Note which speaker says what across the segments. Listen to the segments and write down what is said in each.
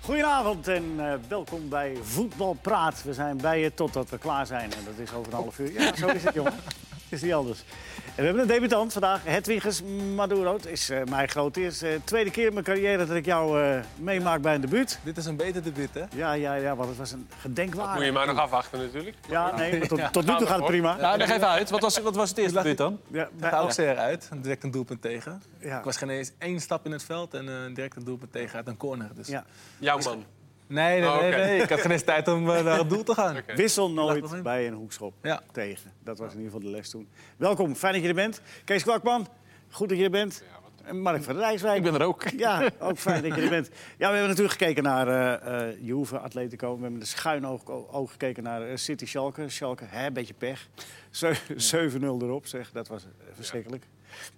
Speaker 1: Goedenavond en eh, welkom bij Voetbal Praat. We zijn bij je totdat we klaar zijn. En dat is over een half uur. Ja, zo is het, jongen. Het is niet anders. En we hebben een debutant vandaag, Hedwiges Maduro. Het is eh, mijn grote eerste, eh, tweede keer in mijn carrière dat ik jou eh, meemaak bij een debuut.
Speaker 2: Dit is een beter debuut, hè?
Speaker 1: Ja, ja, ja, want het was een gedenkwaardig.
Speaker 3: Moet je maar nog afwachten natuurlijk.
Speaker 1: Ja, nee, maar tot, tot nu toe gaat het prima.
Speaker 4: Nou, leg even uit. Wat was, wat was het eerste debuut dan?
Speaker 1: Ja,
Speaker 2: Ik
Speaker 1: bij-
Speaker 2: ga ook zeer uit. Direct een doelpunt tegen.
Speaker 1: ja,
Speaker 2: Ik was geen eens één stap in het veld en eh, direct een doelpunt tegen uit een corner. Dus.
Speaker 1: ja.
Speaker 3: Jouw man.
Speaker 2: Nee, nee,
Speaker 3: Oh,
Speaker 2: nee,
Speaker 3: oké.
Speaker 2: nee. Ik had geen eens tijd om eh, naar het doel te gaan.
Speaker 3: Oké.
Speaker 1: Wissel
Speaker 2: wel
Speaker 1: nooit
Speaker 2: in.
Speaker 1: bij een hoekschop
Speaker 2: Ja.
Speaker 1: tegen. Dat was in ieder geval de les toen. Welkom, fijn dat je er bent. Kees Kwakman, goed dat je er bent. En Mark van Rijswijk.
Speaker 4: Ik ben er ook.
Speaker 1: Ja, ook fijn dat je er bent. Ja, we hebben natuurlijk gekeken naar eh eh Juve, Atletico. We hebben de schuin oog, oog gekeken naar eh, City Schalke. Schalke, hè, een beetje pech. Ze- 7-0 erop, zeg. Dat was eh, verschrikkelijk.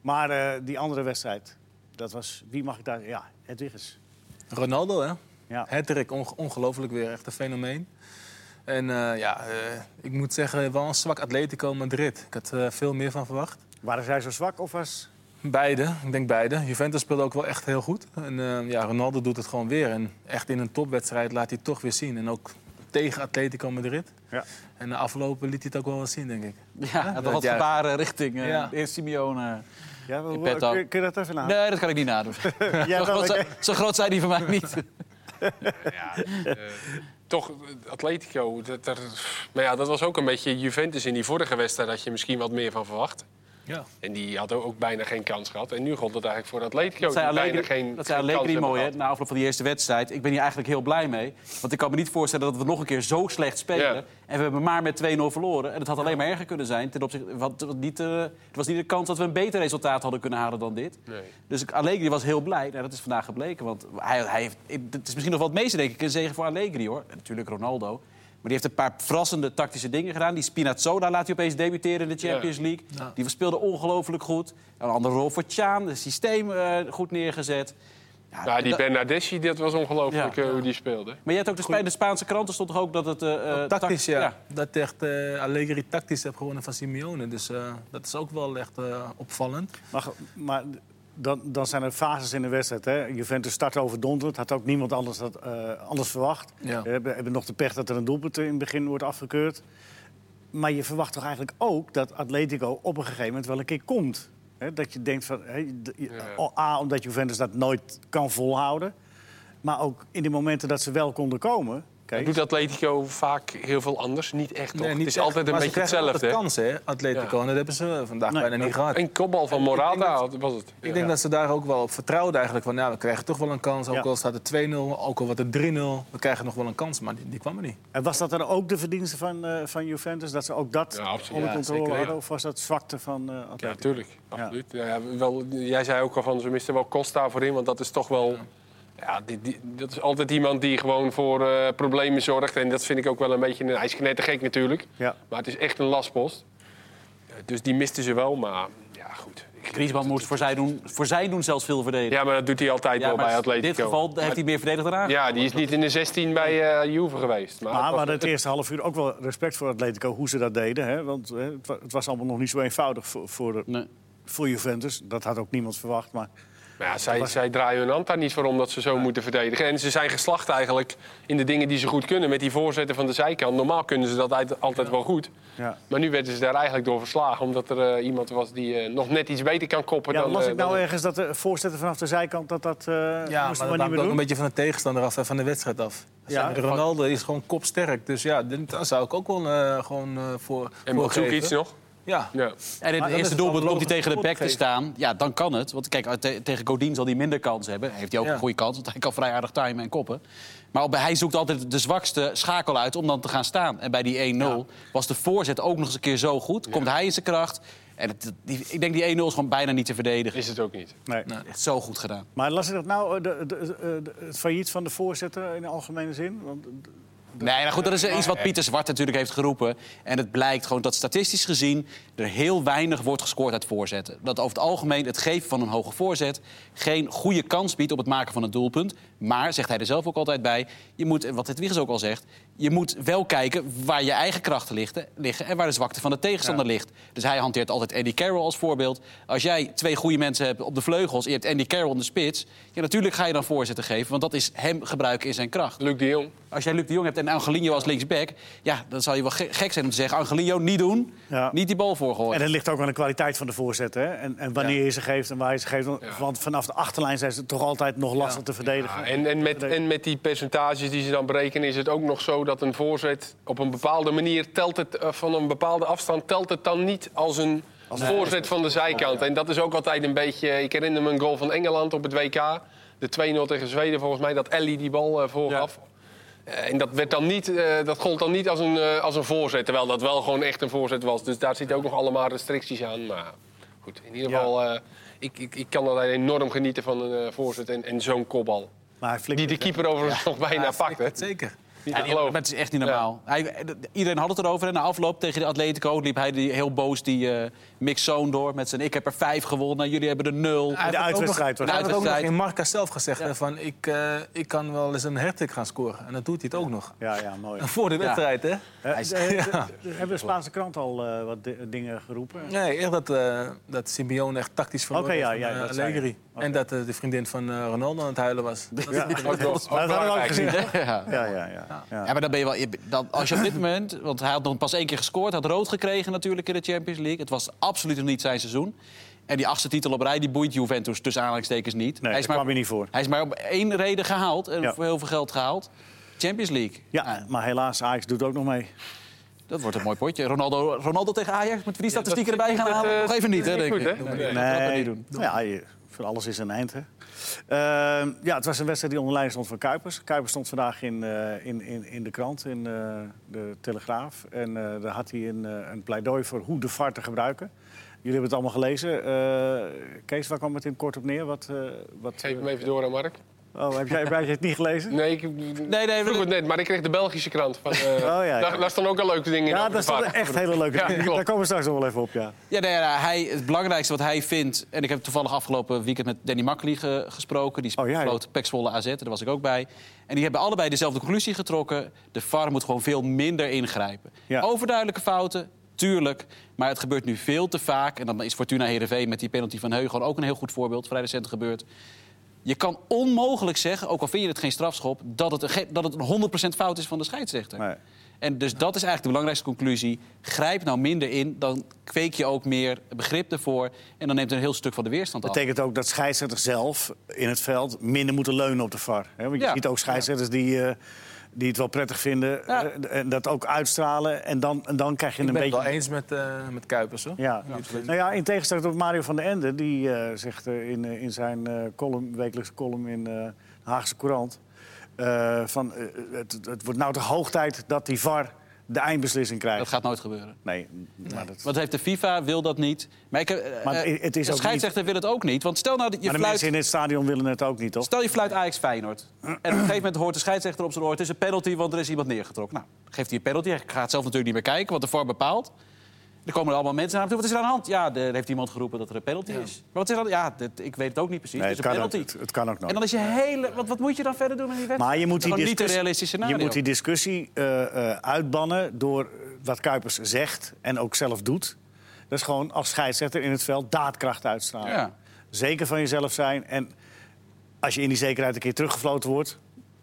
Speaker 1: Maar eh, die andere wedstrijd, dat was... Wie mag ik daar... Ja, Edwiges.
Speaker 2: Ronaldo, hè?
Speaker 1: Ja.
Speaker 2: Hattrick, onge- ongelooflijk weer. Echt een fenomeen. En eh, ja, eh, ik moet zeggen, wel een zwak Atletico Madrid. Ik had eh, veel meer van verwacht.
Speaker 1: Waren zij zo zwak of was...
Speaker 2: Beide, ik denk beide. Juventus speelde ook wel echt heel goed. En eh, ja, Ronaldo doet het gewoon weer. En echt in een topwedstrijd laat hij het toch weer zien. En ook tegen Atletico Madrid.
Speaker 1: Ja.
Speaker 2: En de afgelopen liet hij het ook wel wat zien, denk ik.
Speaker 4: Ja, dat
Speaker 2: dat
Speaker 4: had
Speaker 2: juist.
Speaker 4: gebaren richting eh,
Speaker 2: Ja.
Speaker 4: de heer Simeone.
Speaker 1: Ja, wel-
Speaker 4: In petto.
Speaker 1: kun, kun je dat even na?
Speaker 4: Nee, dat kan ik niet nadoen.
Speaker 1: Jij
Speaker 4: zo,
Speaker 1: wel,
Speaker 4: groot,
Speaker 1: oké.
Speaker 4: zijn- zo groot zijn die van mij niet.
Speaker 3: Ja, eh, toch, eh, Atletico. Dat, er, maar ja, dat was ook een beetje Juventus in die vorige wedstrijd. Dat je misschien wat meer van verwacht.
Speaker 2: Ja.
Speaker 3: En die had ook, ook bijna geen kans gehad. En nu gold het eigenlijk voor Atletico.
Speaker 4: Dat zei
Speaker 3: die bijna
Speaker 4: Allegri,
Speaker 3: geen,
Speaker 4: dat zei
Speaker 3: geen
Speaker 4: Allegri
Speaker 3: kans
Speaker 4: mooi, hè,
Speaker 3: hebben
Speaker 4: na afloop van die eerste wedstrijd. Ik ben hier eigenlijk heel blij mee. Want ik kan me niet voorstellen dat we nog een keer zo slecht spelen.
Speaker 3: Ja.
Speaker 4: En we hebben maar met 2-0 verloren. En het had alleen maar erger kunnen zijn. Ten opzichte, want het was niet, eh, het was niet de kans dat we een beter resultaat hadden kunnen halen dan dit.
Speaker 3: gehad. Nee.
Speaker 4: Dus ik- Allegri was heel blij. Nou, dat is vandaag gebleken. Want hij, hij heeft, het is misschien nog wel het meeste, denk ik, een zegen voor Allegri, hoor. En natuurlijk Ronaldo. Maar die heeft een paar verrassende tactische dingen gedaan. Die Spinazzola laat hij opeens debuteren in de Champions League.
Speaker 2: Ja.
Speaker 4: Die speelde ongelooflijk goed. Een andere rol voor Tjaan. Het systeem eh, goed neergezet. Ja,
Speaker 3: Ja, die
Speaker 4: dat-
Speaker 3: Bernardeschi, dat was ongelooflijk
Speaker 4: Ja.
Speaker 3: eh, hoe die speelde.
Speaker 4: Maar je hebt ook de, Spa- in de Spaanse kranten stond toch ook dat het... eh, eh,
Speaker 2: Tactisch,
Speaker 4: tact-
Speaker 2: ja. Dat echt eh, Allegri tactisch heeft gewonnen van Simeone. Dus eh, dat is ook wel echt eh, opvallend.
Speaker 1: Maar, ge- maar dan, dan zijn er fases in de wedstrijd. Hè? Juventus start overdonderd. Had ook niemand anders, dat, eh, anders verwacht.
Speaker 2: Ja.
Speaker 1: We hebben, hebben nog de pech dat er een doelpunt in het begin wordt afgekeurd. Maar je verwacht toch eigenlijk ook dat Atletico op een gegeven moment wel een keer komt. Hè? Dat je denkt van... hè, de- je-
Speaker 3: Ja.
Speaker 1: A, omdat Juventus dat nooit kan volhouden. Maar ook in de momenten dat ze wel konden komen... Kees,
Speaker 3: Doet Atletico vaak heel veel anders? Niet echt, toch?
Speaker 2: Nee, niet
Speaker 3: het is
Speaker 2: echt,
Speaker 3: altijd een
Speaker 2: maar ze
Speaker 3: beetje
Speaker 2: krijgen
Speaker 3: hetzelfde.
Speaker 2: altijd kansen, hè, Atletico.
Speaker 3: Ja.
Speaker 2: En dat hebben ze vandaag
Speaker 1: Nee.
Speaker 2: bijna niet gehad.
Speaker 3: hè? Een kopbal van Morata had- was het.
Speaker 2: Ik denk dat ze daar ook wel op vertrouwden eigenlijk. Van, ja, we krijgen toch wel een kans. Ook
Speaker 1: Ja.
Speaker 2: al staat het 2-0, ook al wordt het 3-0. We krijgen nog wel een kans, maar die, die kwam er niet.
Speaker 1: En was dat dan ook de verdienste van, eh, van Juventus? Dat ze ook dat
Speaker 3: Ja, absoluut.
Speaker 1: onder
Speaker 2: Ja,
Speaker 1: controle
Speaker 2: zeker, ja.
Speaker 1: hadden? Of was dat zwakte van eh Atletico?
Speaker 3: Ja, natuurlijk. Absoluut. Ja. ja, wel, jij zei ook al van ze misten wel Costa voorin, want dat is toch wel. Ja, die, die- dat is altijd iemand die gewoon voor eh, problemen zorgt. En dat vind ik ook wel een beetje. Een, hij is knettergek natuurlijk,
Speaker 1: Ja.
Speaker 3: maar het is echt een lastpost. Eh, Dus die misten ze wel, maar ja, goed. Ik-
Speaker 4: Griezmann moest voor zijn doen, voor zijn doen zelfs veel verdedigen.
Speaker 3: Ja, maar dat doet hij altijd wel bij
Speaker 4: in
Speaker 3: Atletico.
Speaker 4: dit geval heeft hij meer verdedigd dan aangepakt.
Speaker 3: Ja, die is niet in de 16 bij eh, Juve geweest. Maar,
Speaker 1: Ah, Maar we
Speaker 3: dat was-
Speaker 1: hadden het eerste half uur ook wel respect voor Atletico, hoe ze dat deden. Hè? Want hè, het, wa- het was allemaal nog niet zo eenvoudig voor, voor, de-
Speaker 4: Nee.
Speaker 1: voor Juventus. Dat had ook niemand verwacht. Maar
Speaker 3: Maar Nou ja, zij, zij draaien hun hand daar niet voor om dat ze zo moeten verdedigen. En ze zijn geslacht eigenlijk in de dingen die ze goed kunnen. Met die voorzetten van de zijkant. Normaal kunnen ze dat uit- altijd wel goed.
Speaker 1: ja.
Speaker 3: Maar nu werden ze daar eigenlijk door verslagen. Omdat er eh, iemand was die eh, nog net iets beter kan koppen
Speaker 1: ja,
Speaker 3: dan...
Speaker 1: las
Speaker 3: eh,
Speaker 1: ik nou
Speaker 3: dan-
Speaker 1: ergens dat de voorzetten vanaf de zijkant dat dat eh
Speaker 2: Ja,
Speaker 1: moesten
Speaker 2: maar
Speaker 1: we
Speaker 2: dat
Speaker 1: niet
Speaker 2: hangt
Speaker 1: meer
Speaker 2: ook
Speaker 1: doen.
Speaker 2: een beetje van de tegenstander af en van de wedstrijd af.
Speaker 1: Ja.
Speaker 2: Ronaldo is gewoon kopsterk. Dus ja, dit- daar zou ik ook wel eh, gewoon eh, voor
Speaker 3: En
Speaker 2: voor
Speaker 3: Mandzukic
Speaker 2: geven.
Speaker 3: nog.
Speaker 2: Ja.
Speaker 3: Ja.
Speaker 4: En in
Speaker 2: Maar dan
Speaker 4: het
Speaker 2: is
Speaker 4: eerste
Speaker 2: het
Speaker 4: doelpunt
Speaker 2: wel
Speaker 4: komt hij
Speaker 2: logisch
Speaker 4: tegen de
Speaker 2: om
Speaker 4: bek te
Speaker 2: te
Speaker 4: staan. Ja, dan kan het. Want kijk, te- tegen Godin zal hij minder kans hebben. Heeft hij ook
Speaker 2: Ja.
Speaker 4: een goede kans, want hij kan vrij aardig timen en koppen. Maar op- hij zoekt altijd de zwakste schakel uit om dan te gaan staan. En bij die 1-0 was de voorzet ook nog eens een keer zo goed. Komt hij in zijn kracht. En het- die, ik denk die 1-0 is gewoon bijna niet te verdedigen.
Speaker 3: Is het ook niet.
Speaker 1: Nee.
Speaker 2: Nee.
Speaker 4: Echt zo goed gedaan.
Speaker 1: Maar las ik dat nou, eh, de, de- de- de- het failliet van de voorzetten in de algemene zin? Want, eh,
Speaker 4: Nee, nou goed, dat is iets wat Pieter Zwart natuurlijk heeft geroepen. En het blijkt gewoon dat statistisch gezien er heel weinig wordt gescoord uit voorzetten. Dat over het algemeen het geven van een hoge voorzet geen goede kans biedt op het maken van een doelpunt. Maar, zegt hij er zelf ook altijd bij, je moet, en wat het Wiegers ook al zegt... je moet wel kijken waar je eigen krachten liggen, liggen en waar de zwakte van de tegenstander ligt. Dus hij hanteert altijd Andy Carroll als voorbeeld. Als jij twee goede mensen hebt op de vleugels en je hebt Andy Carroll in de spits... Ja, natuurlijk ga je dan voorzetten geven, want dat is hem gebruiken in zijn kracht.
Speaker 3: Luc de Jong.
Speaker 4: Als jij Luc de Jong hebt en Angelino als linksback... ja, dan zal je wel ge- gek zijn om te zeggen... Angelino, niet doen,
Speaker 1: Ja.
Speaker 4: niet die bal voorgooien.
Speaker 1: En dat ligt ook aan de kwaliteit van de voorzet. Hè? En, en wanneer je ze geeft en waar je ze geeft. Want-
Speaker 3: Ja.
Speaker 1: Want vanaf de achterlijn zijn ze toch altijd nog lastig te verdedigen.
Speaker 3: Ja, en, en, met, en met die percentages die ze dan berekenen, is het ook nog zo dat een voorzet op een bepaalde manier telt het eh, van een bepaalde afstand telt het dan niet als een voorzet van de zijkant. En dat is ook altijd een beetje. Ik herinner me een goal van Engeland op het WK, de 2-0 tegen Zweden volgens mij dat Ellie die bal eh, voorgaf. Eh, En dat, werd dan niet, eh, dat gold dan niet als een, eh, als een voorzet, terwijl dat wel gewoon echt een voorzet was. Dus daar zitten ook nog allemaal restricties aan. Maar goed, in ieder
Speaker 1: Ja.
Speaker 3: geval, eh, ik, ik, ik kan alleen enorm genieten van een eh, voorzet en, en zo'n kopbal.
Speaker 1: Maar hij flikt
Speaker 3: Die de keeper overigens nog bijna pakte. Niet
Speaker 2: Zeker.
Speaker 3: te
Speaker 4: Ja, die-
Speaker 3: geloven.
Speaker 4: maar het is echt niet normaal. Hij, d- iedereen had het erover. En na afloop tegen de Atletico liep hij die, heel boos die eh mixzone door. Met zijn ik heb er vijf gewonnen, jullie hebben er nul.
Speaker 1: de
Speaker 2: heeft ook nog-
Speaker 1: uitwedstrijd was
Speaker 2: Hij heeft
Speaker 4: het.
Speaker 2: ook nog in
Speaker 4: Uitwedstrijd.
Speaker 2: Marca zelf gezegd... hè, van ik, eh, ik kan wel eens een hertik gaan scoren. En dat doet hij het ook nog.
Speaker 1: Ja, ja, mooi.
Speaker 2: En voor de wedstrijd, hè?
Speaker 1: Eh,
Speaker 4: Hij is-
Speaker 1: eh, eh, Hebben de Spaanse krant al eh, wat di- dingen geroepen?
Speaker 2: Nee, echt dat, eh dat Simeone echt tactisch verloor
Speaker 1: Oké,
Speaker 2: was
Speaker 1: ja,
Speaker 2: van,
Speaker 1: ja,
Speaker 2: eh,
Speaker 1: dat zei je.
Speaker 2: Allegri.
Speaker 1: Oké.
Speaker 2: En dat eh, de vriendin van eh, Ronaldo aan het huilen was.
Speaker 1: Ja.
Speaker 3: Ook nog-
Speaker 1: Maar dat
Speaker 3: ook
Speaker 1: hadden we ook
Speaker 3: belangrijk.
Speaker 1: gezien. hè?
Speaker 4: Ja.
Speaker 1: Ja, ja, ja. ja.
Speaker 4: Ja, maar dan ben je wel, je- dan, als je op dit moment, want hij had nog pas één keer gescoord, had rood gekregen natuurlijk in de Champions League. Het was absoluut nog niet zijn seizoen. En die achtste titel op rij, die boeit Juventus tussen aanhalingstekens niet.
Speaker 1: Nee,
Speaker 4: hij, is
Speaker 1: daar
Speaker 4: maar,
Speaker 1: kwam je niet voor.
Speaker 4: hij is maar op één reden gehaald en
Speaker 1: Ja.
Speaker 4: voor heel veel geld gehaald. Champions League.
Speaker 1: Ja, maar helaas, Ajax doet ook nog mee.
Speaker 4: Dat wordt een mooi potje. Ronaldo, Ronaldo tegen Ajax, moeten we die statistieken erbij gaan
Speaker 3: dat,
Speaker 4: halen?
Speaker 3: eh,
Speaker 4: nog even niet, hè,
Speaker 3: dat is
Speaker 4: denk
Speaker 3: niet
Speaker 4: ik.
Speaker 3: goed, hè?
Speaker 4: Nee.
Speaker 1: Nee, nou ja, je- voor alles is een eind, hè. Ehm, ja, het was een wedstrijd die onder leiding stond van Kuipers. Kuipers stond vandaag in, eh, in, in, in de krant, in eh, de Telegraaf. En eh, daar had hij een, eh, een pleidooi voor hoe de VAR te gebruiken. Jullie hebben het allemaal gelezen. Eh, Kees, waar kwam het in kort op neer? Wat, eh, wat,
Speaker 3: Geef hem even door aan Mark.
Speaker 1: oh, heb jij, heb jij het niet gelezen?
Speaker 3: Nee, ik
Speaker 4: Nee, nee,
Speaker 3: vroeg
Speaker 4: we-
Speaker 3: het net, maar ik kreeg de Belgische krant. Van, eh,
Speaker 1: Oh, ja, ja.
Speaker 3: Daar, daar staan ook al leuke dingen in.
Speaker 1: Ja,
Speaker 3: over
Speaker 1: dat
Speaker 3: de
Speaker 1: stonden
Speaker 3: VAR.
Speaker 1: echt hele leuke
Speaker 3: Ja,
Speaker 1: dingen.
Speaker 3: klopt.
Speaker 1: Daar komen we straks nog wel even op, ja.
Speaker 4: Ja, nee, ja, hij, het belangrijkste wat hij vindt... en ik heb toevallig afgelopen weekend met Danny Makkely ge- gesproken... die
Speaker 1: Oh, ja, ja.
Speaker 4: floot Pek Zwolle AZ, daar was ik ook bij. En die hebben allebei dezelfde conclusie getrokken. De VAR moet gewoon veel minder ingrijpen.
Speaker 1: Ja.
Speaker 4: Overduidelijke fouten, tuurlijk. Maar het gebeurt nu veel te vaak. En dan is Fortuna Heerenveen met die penalty van Heu... gewoon ook een heel goed voorbeeld, vrij recent gebeurd. Je kan onmogelijk zeggen, ook al vind je het geen strafschop... dat het een, ge- dat het een 100% fout is van de scheidsrechter.
Speaker 1: Nee.
Speaker 4: En dus dat is eigenlijk de belangrijkste conclusie. Grijp nou minder in, dan kweek je ook meer begrip ervoor. En dan neemt een heel stuk van de weerstand af.
Speaker 1: betekent ook dat scheidsrechters zelf in het veld minder moeten leunen op de VAR. Hè? Want je
Speaker 4: Ja.
Speaker 1: ziet ook scheidsrechters die, eh, die het wel prettig vinden,
Speaker 4: Ja.
Speaker 1: eh, en dat ook uitstralen. En dan, en dan krijg je
Speaker 2: Ik
Speaker 1: een
Speaker 2: ben het
Speaker 1: beetje...
Speaker 2: wel eens met, eh, met Kuipers, hoor.
Speaker 1: Ja.
Speaker 2: absoluut.
Speaker 1: nou ja, in tegenstelling tot Mario van der Ende, die eh, zegt eh, in, eh, in zijn eh, column, wekelijkse column in eh, Haagse Courant... eh, van, eh, het, het wordt nou de hoog tijd dat die VAR de eindbeslissing krijgt.
Speaker 4: Dat gaat nooit gebeuren.
Speaker 1: Nee, maar dat...
Speaker 4: Want heeft de FIFA wil dat niet. Maar, ik, heb- eh,
Speaker 1: Maar
Speaker 4: eh,
Speaker 1: het is
Speaker 4: de
Speaker 1: ook
Speaker 4: scheidsrechter wil het ook niet. Want stel nou dat je
Speaker 1: Maar de
Speaker 4: fluit,
Speaker 1: mensen in het stadion willen het ook niet, toch?
Speaker 4: stel je fluit Ajax Feyenoord. En op een gegeven moment hoort de scheidsrechter op zijn oor: het is een penalty, want er is iemand neergetrokken. Nou, geeft hij een penalty. Hij gaat zelf natuurlijk niet meer kijken, want de VAR bepaalt. Er komen er allemaal mensen naar hem toe. Wat is er aan de hand? Ja, er heeft iemand geroepen dat er een penalty is. Maar wat is er dan? Ja, dit- ik weet het ook niet precies.
Speaker 1: Nee,
Speaker 4: het is
Speaker 1: het
Speaker 4: een
Speaker 1: kan ook-
Speaker 4: penalty.
Speaker 1: het- het kan ook nooit.
Speaker 4: En dan is je hele... Wat, wat moet je dan verder doen met die wedstrijd?
Speaker 1: Nou, eh, Maar je moet die
Speaker 4: Gewoon niet een
Speaker 1: discussie,
Speaker 4: realistisch scenario.
Speaker 1: Je moet die discussie eh, eh, uitbannen door eh, wat Kuipers zegt en ook zelf doet. Dat is gewoon als scheidsrechter in het veld daadkracht uitstralen.
Speaker 4: Ja.
Speaker 1: Zeker van jezelf zijn. En als je in die zekerheid een keer teruggefloten wordt,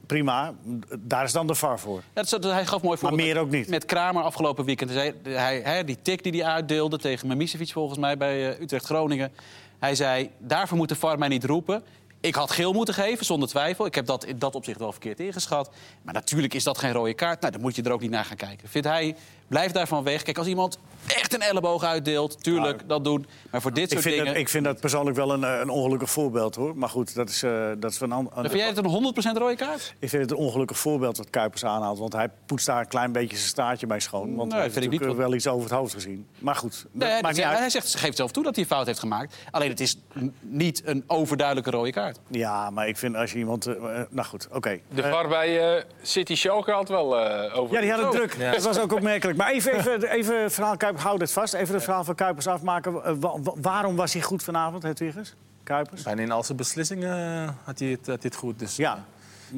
Speaker 1: prima. Daar is dan de VAR voor.
Speaker 4: Ja, dat is- dat- hij gaf mooi voorbeeld
Speaker 1: meer ook niet.
Speaker 4: Met Kramer afgelopen weekend. Hij, hij, hij- die tik die hij uitdeelde tegen Mimicevic volgens mij bij eh, Utrecht-Groningen. Hij zei, daarvoor moet de VAR mij niet roepen. Ik had geel moeten geven, zonder twijfel. Ik heb dat in dat opzicht wel verkeerd ingeschat. Maar natuurlijk is dat geen rode kaart. Nou, dan moet je er ook niet naar gaan kijken. Vindt hij, blijf daarvan weg. Kijk, als iemand echt een elleboog uitdeelt, tuurlijk, dat doen. Maar voor dit
Speaker 1: Nou, Ik
Speaker 4: soort
Speaker 1: vind,
Speaker 4: dingen...
Speaker 1: dat, ik vind dat persoonlijk wel een, eh, een ongelukkig voorbeeld hoor. Maar goed, dat is, eh, dat is een ander.
Speaker 4: Dan vind jij het een 100% rode kaart?
Speaker 1: Ik vind het een ongelukkig voorbeeld wat Kuipers aanhaalt. Want hij poetst daar een klein beetje zijn staartje bij schoon. Want
Speaker 4: Nee,
Speaker 1: hij heeft
Speaker 4: vind ik
Speaker 1: natuurlijk
Speaker 4: niet,
Speaker 1: wel iets over het hoofd gezien. Maar goed,
Speaker 4: Nee,
Speaker 1: dat
Speaker 4: dat
Speaker 1: maakt niet
Speaker 4: zegt-
Speaker 1: uit.
Speaker 4: hij zegt, geeft zelf toe dat hij een fout heeft gemaakt. Alleen het is n- niet een overduidelijke rode kaart.
Speaker 1: Ja, maar ik vind als je iemand... eh, eh, nou goed, oké.
Speaker 3: De VAR bij eh City Schalke had wel eh, over.
Speaker 1: Ja, die had het
Speaker 3: Oh,
Speaker 1: druk. Dat was ook opmerkelijk. Maar even, even, even het verhaal Kuipers, hou dit vast. Even het verhaal van Kuipers afmaken. Eh, wa- wa- waarom was hij goed vanavond, Hedwiggers? Kuipers?
Speaker 2: Bijna in al zijn beslissingen eh, had hij het, had hij het goed. Dus,
Speaker 1: Ja.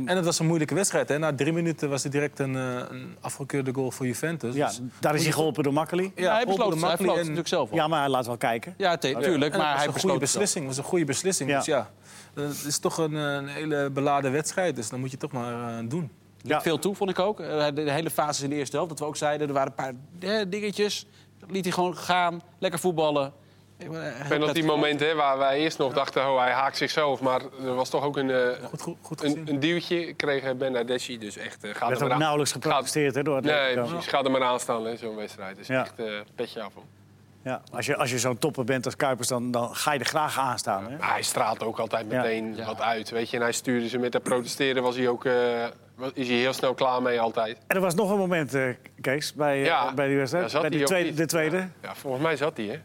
Speaker 2: En het was een moeilijke wedstrijd. Hè? Na drie minuten was er direct een, eh, een afgekeurde goal voor Juventus.
Speaker 1: Ja,
Speaker 2: Dus-
Speaker 1: daar is hij geholpen door Makkeli.
Speaker 4: Ja, hij
Speaker 2: Paul
Speaker 4: besloot het. Hij
Speaker 2: Makkeli
Speaker 4: floot het
Speaker 2: en-
Speaker 4: natuurlijk zelf. Ja,
Speaker 1: Ja, maar laten we wel kijken.
Speaker 4: ja te- tuurlijk,
Speaker 2: En
Speaker 4: maar
Speaker 2: het was
Speaker 4: hij
Speaker 2: een
Speaker 4: besloot
Speaker 2: goede
Speaker 4: het zelf.
Speaker 2: beslissing. Het was een goede beslissing.
Speaker 1: Ja.
Speaker 2: Dus ja, eh, het is toch een, eh, een hele beladen wedstrijd. Dus dan moet je toch maar eh, doen.
Speaker 1: Ja.
Speaker 4: Veel toe, vond ik ook. Eh, De de hele fases in de eerste helft, dat we ook zeiden... er waren een paar eh, dingetjes. Dat liet hij gewoon gaan. Lekker voetballen. Ik ben, eh, heel
Speaker 3: ben op die
Speaker 4: prettig.
Speaker 3: moment hè, waar wij eerst nog dachten, oh, hij haakt zichzelf. Maar er was toch ook een, eh,
Speaker 2: Goed, goed, goed gezien.
Speaker 3: een, een duwtje, kreeg Benadeschi. Dus echt, eh, gaat
Speaker 1: werd
Speaker 3: er
Speaker 1: ook
Speaker 3: maar aan.
Speaker 1: nauwelijks geprotesteerd hè, door het
Speaker 3: Nee,
Speaker 1: Atletico.
Speaker 3: precies. Ga er maar aan staan, hè, zo'n wedstrijd. Dus
Speaker 1: Ja.
Speaker 3: echt eh, petje af. hoor.
Speaker 1: ja. Als je, als je zo'n topper bent als Kuipers, dan, dan ga je er graag aan staan. Hè?
Speaker 3: Maar hij straalt ook altijd
Speaker 1: Ja.
Speaker 3: meteen wat uit, weet je. En hij stuurde ze met dat protesteren, was hij ook... eh, was- is hij heel snel klaar mee altijd.
Speaker 1: En er was nog een moment, eh, Kees, bij, eh,
Speaker 3: Ja,
Speaker 1: bij die
Speaker 3: daar
Speaker 1: wedstrijd.
Speaker 3: zat
Speaker 1: bij die
Speaker 3: hij ook
Speaker 1: tweede,
Speaker 3: niet.
Speaker 1: de tweede.
Speaker 3: Ja, volgens mij zat hij, hè?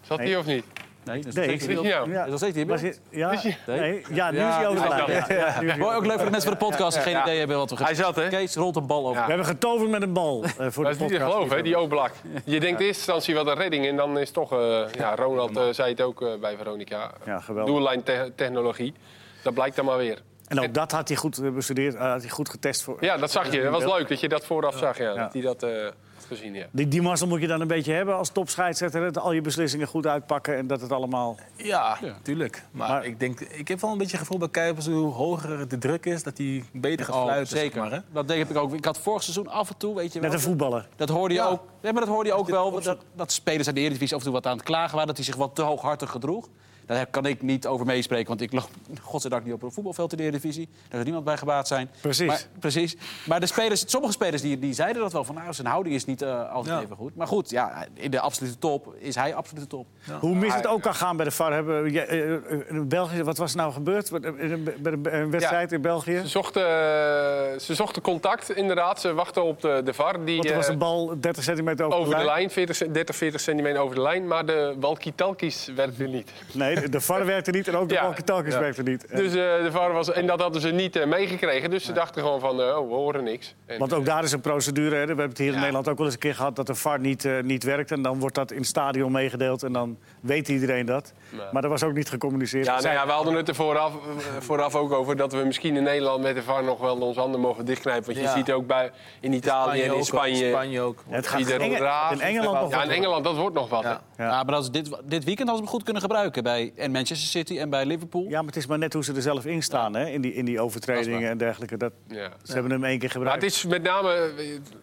Speaker 3: Zat hij
Speaker 1: Nee.
Speaker 3: of niet?
Speaker 4: Nee, dat is
Speaker 1: Nee,
Speaker 4: nog steeds
Speaker 1: ik-
Speaker 4: niet
Speaker 3: ja.
Speaker 4: beeld. Dat is nog steeds niet
Speaker 1: Was
Speaker 4: beeld.
Speaker 1: je- ja,
Speaker 3: Is hij-
Speaker 1: nee, ja, nu is
Speaker 4: Ja,
Speaker 1: hij
Speaker 4: hij
Speaker 1: overladen.
Speaker 4: is
Speaker 1: Ja, nu is hij
Speaker 4: Mooi, ook
Speaker 1: overladen.
Speaker 4: leuk voor de mensen van de podcast die geen
Speaker 3: Ja.
Speaker 4: idee hebben wat we gaan
Speaker 3: Hij zat, hè?
Speaker 4: Kees rolt een bal over.
Speaker 3: Ja.
Speaker 1: We hebben getoverd met een bal eh, voor
Speaker 3: Dat
Speaker 1: de
Speaker 3: is niet te
Speaker 1: podcast.
Speaker 3: geloven, hè, die Oblak. Je denkt in eerste instantie wel een redding en dan is toch... eh, ja, Ronald eh, zei het ook eh, bij Veronica.
Speaker 1: Ja, geweldig.
Speaker 3: Doellijn te- technologie. Dat blijkt dan maar weer.
Speaker 1: En ook dat had hij goed eh, bestudeerd, eh, had hij goed getest. Voor...
Speaker 3: Ja, dat zag je. Dat was leuk dat je dat vooraf zag, ja.
Speaker 1: Ja.
Speaker 3: Dat hij dat eh, had gezien, ja.
Speaker 1: Die, die mazzel moet je dan een beetje hebben als topscheidsrechter. Dat al je beslissingen goed uitpakken en dat het allemaal...
Speaker 2: Ja, tuurlijk. Maar,
Speaker 1: Maar-
Speaker 2: ik, denk, ik heb wel een beetje het gevoel bij Kuipers... hoe hoger de druk is, dat hij beter gaat
Speaker 4: Oh,
Speaker 2: fluiten. zeg
Speaker 4: zeker.
Speaker 2: maar, hè?
Speaker 4: Dat denk ik ook. Ik had vorig seizoen af en toe, weet je wel.
Speaker 1: Net een voetballer.
Speaker 4: Dat hoorde je
Speaker 2: Ja.
Speaker 4: ook. Nee, maar dat hoorde je ook
Speaker 2: dit
Speaker 4: wel.
Speaker 2: opzoek-
Speaker 4: Dat, dat spelers uit de Eredivisie af en toe wat aan het klagen waren. Dat hij zich wat te hooghartig gedroeg. Daar kan ik niet over meespreken, want ik loop godzijdank niet op een voetbalveld in de Eredivisie. Daar zou niemand bij gebaat zijn.
Speaker 1: Precies.
Speaker 4: Maar, precies. maar de spelers, sommige spelers die, die zeiden dat wel. Van, nou, zijn houding is niet eh, altijd
Speaker 2: Ja.
Speaker 4: even goed. Maar goed, ja, in de absolute top is hij absolute top.
Speaker 1: Hoe mis het ook kan gaan bij de VAR. Hebben, we- ja, eh, eh, in België, wat was er nou gebeurd? Wat, eh, in Een bij een- bij een wedstrijd in België?
Speaker 3: Ze zochten, eh, ze zochten contact, inderdaad. Ze wachten op de, de VAR. Die,
Speaker 1: Want er was
Speaker 3: eh,
Speaker 1: een bal 30 centimeter over,
Speaker 3: over de lijn, 40, cent- 30, 40 centimeter over de lijn. Maar de walkie-talkies werkten niet.
Speaker 1: Nee, de- de VAR werkte niet en ook de
Speaker 3: Ja.
Speaker 1: walkie-talkies
Speaker 3: Ja.
Speaker 1: werkte niet.
Speaker 3: Dus eh, de VAR was... En dat hadden ze niet eh, meegekregen. Dus ze dachten gewoon van, eh, oh, we horen niks. En,
Speaker 1: Want ook daar is een procedure. Hè? We hebben het hier in Nederland ook wel eens een keer gehad dat de VAR niet, eh, niet werkt. En dan wordt dat in het stadion meegedeeld en dan weet iedereen dat. Maar dat was ook niet gecommuniceerd.
Speaker 3: Ja, nou ja, we hadden het er vooraf, eh, vooraf ook over dat we misschien in Nederland met de VAR nog wel ons handen mogen dichtknijpen. Want je
Speaker 2: Ja.
Speaker 3: ziet ook bij, in Italië en in
Speaker 2: ook, hoor.
Speaker 3: Spanje.
Speaker 2: Spanje ook.
Speaker 1: het gaat in,
Speaker 3: ieder
Speaker 1: Engel-
Speaker 3: raar.
Speaker 1: in Engeland nog
Speaker 3: Ja,
Speaker 1: wat
Speaker 3: in Engeland, dat wordt nog wat. hè.
Speaker 2: Ja.
Speaker 1: Ja.
Speaker 4: Ja, maar dat is dit, dit weekend hadden ze hem goed kunnen gebruiken. Bij en Manchester City en bij Liverpool.
Speaker 1: Ja, maar het is maar net hoe ze er zelf in staan, hè? In, die, in die
Speaker 4: Dat is
Speaker 1: overtredingen en dergelijke. Dat,
Speaker 3: Ja.
Speaker 1: Ze hebben hem één keer
Speaker 3: Maar
Speaker 1: gebruikt.
Speaker 3: het is met name, eh,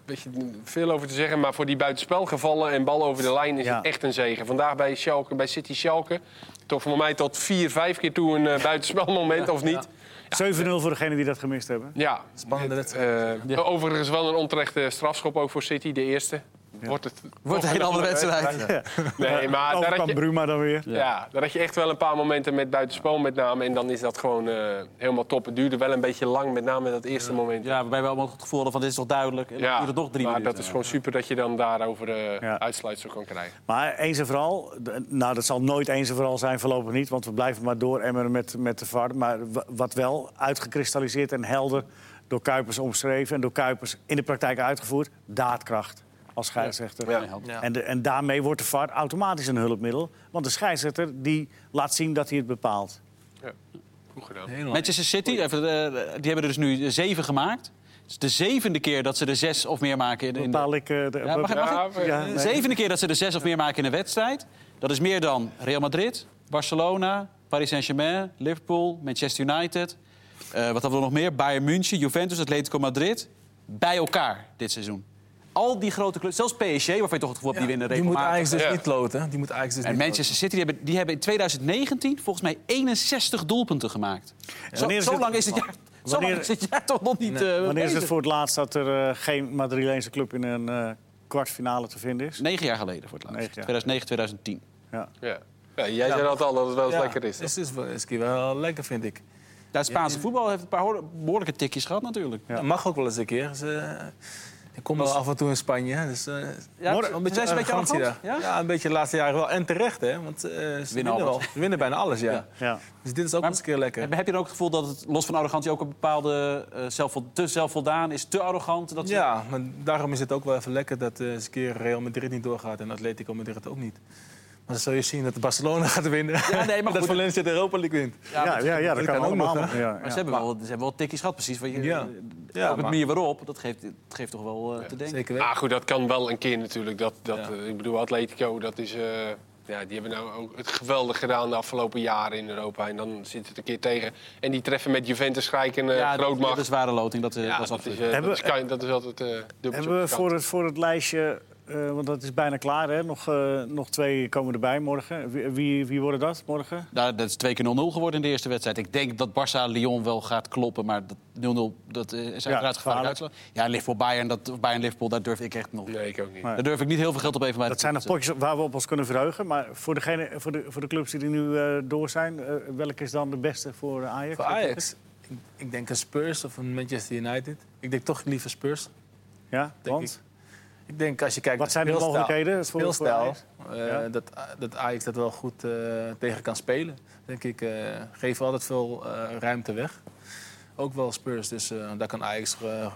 Speaker 3: weet je, veel over te zeggen, maar voor die buitenspelgevallen en bal over de lijn is
Speaker 1: Ja.
Speaker 3: het echt een zegen. Vandaag bij, Schalke, bij City Schalke, toch voor mij tot vier, vijf keer toe een eh, buitenspelmoment of niet.
Speaker 1: 7-0 voor degenen die dat gemist hebben.
Speaker 3: Ja,
Speaker 2: Spannende
Speaker 3: Het,
Speaker 2: wedstrijd.
Speaker 3: eh, Overigens wel een onterechte strafschop ook voor City, de eerste. Wordt het
Speaker 4: Wordt een hele andere wedstrijd.
Speaker 3: Nee, maar daar had
Speaker 1: Overkwam
Speaker 3: je-
Speaker 1: Bruma dan weer.
Speaker 3: Ja. daar had je echt wel een paar momenten met buitenspel met name. En dan is dat gewoon eh, helemaal top. Het duurde wel een beetje lang, met name dat eerste moment.
Speaker 4: Ja, waarbij we allemaal het gevoel hadden van dit is toch duidelijk. En dan duurt het nog drie
Speaker 3: maar
Speaker 4: minuten.
Speaker 3: dat is gewoon super dat je dan daarover eh
Speaker 1: Ja.
Speaker 3: uitsluitsel kan krijgen.
Speaker 1: Maar eens en vooral, d- nou dat zal nooit eens en vooral zijn voorlopig niet, want we blijven maar dooremmeren met, met de VAR. Maar w- wat wel uitgekristalliseerd en helder door Kuipers omschreven en door Kuipers in de praktijk uitgevoerd, daadkracht als scheidsrechter.
Speaker 3: Ja.
Speaker 2: Ja.
Speaker 1: En, de- en daarmee wordt de VAR automatisch een hulpmiddel, want de scheidsrechter die laat zien dat hij het bepaalt.
Speaker 3: Goed gedaan.
Speaker 2: Helemaal.
Speaker 4: Manchester City, even, eh, die hebben er dus nu zeven gemaakt. Het is de zevende keer dat ze er zes of meer maken. In, in de,
Speaker 1: Bepaal ik eh, de...
Speaker 4: Ja, mag ik- mag ik-
Speaker 3: Ja, we-
Speaker 1: Ja,
Speaker 4: de
Speaker 1: nee.
Speaker 4: zevende keer dat ze er zes of meer maken in een wedstrijd. Dat is meer dan Real Madrid, Barcelona, Paris Saint-Germain, Liverpool, Manchester United. Eh, wat hadden we nog meer? Bayern München, Juventus, Atletico Madrid. Bij elkaar dit seizoen. Al die grote clubs, zelfs PSG, waarvan je toch het gevoel hebt, die winnen
Speaker 2: Die moet
Speaker 4: regelmatig.
Speaker 2: Ajax dus
Speaker 3: Ja.
Speaker 2: niet loten. Die moet Ajax dus
Speaker 4: En
Speaker 2: niet
Speaker 4: Manchester City die hebben, die hebben in 2019 volgens mij 61 doelpunten gemaakt. Zo,
Speaker 1: Wanneer is
Speaker 4: zo
Speaker 1: het-
Speaker 4: lang is het jaar, zo lang
Speaker 1: Wanneer-
Speaker 4: is het jaar toch nog niet. eh,
Speaker 1: Wanneer is
Speaker 4: bezig.
Speaker 1: het voor het laatst dat er eh, geen Madrileense club in een eh, kwartfinale te vinden is?
Speaker 4: Negen jaar geleden voor het laatst.
Speaker 1: Negen jaar.
Speaker 4: 2009, 2010.
Speaker 1: Ja.
Speaker 3: Ja. Ja, jij zei dat al, dat het wel eens
Speaker 2: Ja,
Speaker 3: lekker is.
Speaker 2: Het is wel, is wel lekker, vind ik.
Speaker 4: Ja, het Spaanse voetbal heeft een paar hoor- behoorlijke tikjes gehad natuurlijk.
Speaker 1: Ja.
Speaker 2: Dat mag ook wel eens een keer. Dus, eh, ik kom wel af en toe in Spanje. hè, Dus, eh,
Speaker 4: Ja,
Speaker 1: Morgen-
Speaker 4: zijn
Speaker 2: een beetje
Speaker 4: ze een beetje
Speaker 2: arrogantie
Speaker 4: arrogant?
Speaker 2: daar.
Speaker 4: Ja?
Speaker 2: Ja, een beetje de laatste jaren wel. En terecht, hè? Want eh, ze winnen,
Speaker 4: alles.
Speaker 2: wel. Ze winnen bijna alles, ja.
Speaker 4: Ja.
Speaker 1: Ja.
Speaker 2: Dus dit is ook
Speaker 4: Maar-
Speaker 2: eens een keer lekker.
Speaker 4: Heb, heb je dan ook het gevoel dat het los van arrogantie ook een bepaalde eh, zelfvol- te zelfvoldaan is, te arrogant? Dat ze-
Speaker 2: Ja, maar daarom is het ook wel even lekker dat eh, eens een keer Real Madrid niet doorgaat en Atletico Madrid ook niet. Maar dan zul je zien dat Barcelona gaat winnen.
Speaker 4: Ja, nee, maar
Speaker 2: dat
Speaker 4: goed.
Speaker 2: Valencia de Europa League wint.
Speaker 1: Ja, ja, ja, dat
Speaker 2: dat
Speaker 1: kan
Speaker 2: kan ook
Speaker 1: allemaal.
Speaker 2: nog,
Speaker 1: ja, ja.
Speaker 4: Maar ze hebben, wel, ze hebben wel tikjes gehad, precies. Wat je,
Speaker 2: Ja. Ja,
Speaker 4: eh, ook het
Speaker 2: maar-
Speaker 4: manier waarop, dat geeft, het geeft toch wel eh, te denken.
Speaker 2: Zeker weten.
Speaker 3: Ah, goed, dat kan wel een keer natuurlijk. Dat, dat,
Speaker 2: Ja.
Speaker 3: eh, ik bedoel, Atletico, dat is, eh, ja, die hebben nou ook het geweldig gedaan de afgelopen jaren in Europa. En dan zit het een keer tegen. En die treffen met Juventus gelijk een eh,
Speaker 4: Ja, dat,
Speaker 3: grootmacht.
Speaker 4: dat is zware loting, dat, eh,
Speaker 3: Ja,
Speaker 4: was
Speaker 3: dat,
Speaker 4: absoluut.
Speaker 3: is, eh,
Speaker 1: Hebben
Speaker 3: dat, is,
Speaker 1: we-
Speaker 3: kan- dat is altijd eh dubbeltje
Speaker 1: Hebben we
Speaker 3: op de
Speaker 1: voor
Speaker 3: kant.
Speaker 1: het, voor het lijstje, eh, want dat is bijna klaar, hè? Nog, eh, nog twee komen erbij morgen. Wie, wie, wie worden dat morgen?
Speaker 4: Nou, dat is twee keer 0-0 geworden in de eerste wedstrijd. Ik denk dat Barça Lyon wel gaat kloppen, maar dat 0-0 dat, eh, is uiteraard
Speaker 1: gevaarlijk.
Speaker 4: gevaarlijk uitslag. Ja, Liverpool Bayern, dat Bayern Liverpool, daar durf ik echt nog.
Speaker 3: Nee, ik ook niet.
Speaker 1: Maar-
Speaker 4: Daar durf ik niet heel veel geld op even bij
Speaker 1: Dat
Speaker 4: te
Speaker 1: zijn nog
Speaker 4: zetten.
Speaker 1: potjes waar we op ons kunnen verheugen. Maar voor, degene, voor, de, voor de clubs die er nu eh, door zijn, eh, welke is dan de beste voor eh, Ajax?
Speaker 2: Voor Ajax, ik, ik denk een Spurs of een Manchester United. Ik denk toch liever Spurs.
Speaker 1: Ja,
Speaker 2: Denk
Speaker 1: want?
Speaker 2: Ik denk als je kijkt
Speaker 1: Wat zijn de
Speaker 2: speelstijl-
Speaker 1: mogelijkheden voor- voor
Speaker 2: speelstijl, eh,
Speaker 1: Ja.
Speaker 2: dat, dat Ajax dat wel goed eh, tegen kan spelen. Denk ik, eh geven altijd veel eh, ruimte weg. Ook wel Spurs, dus eh, daar kan Ajax eh,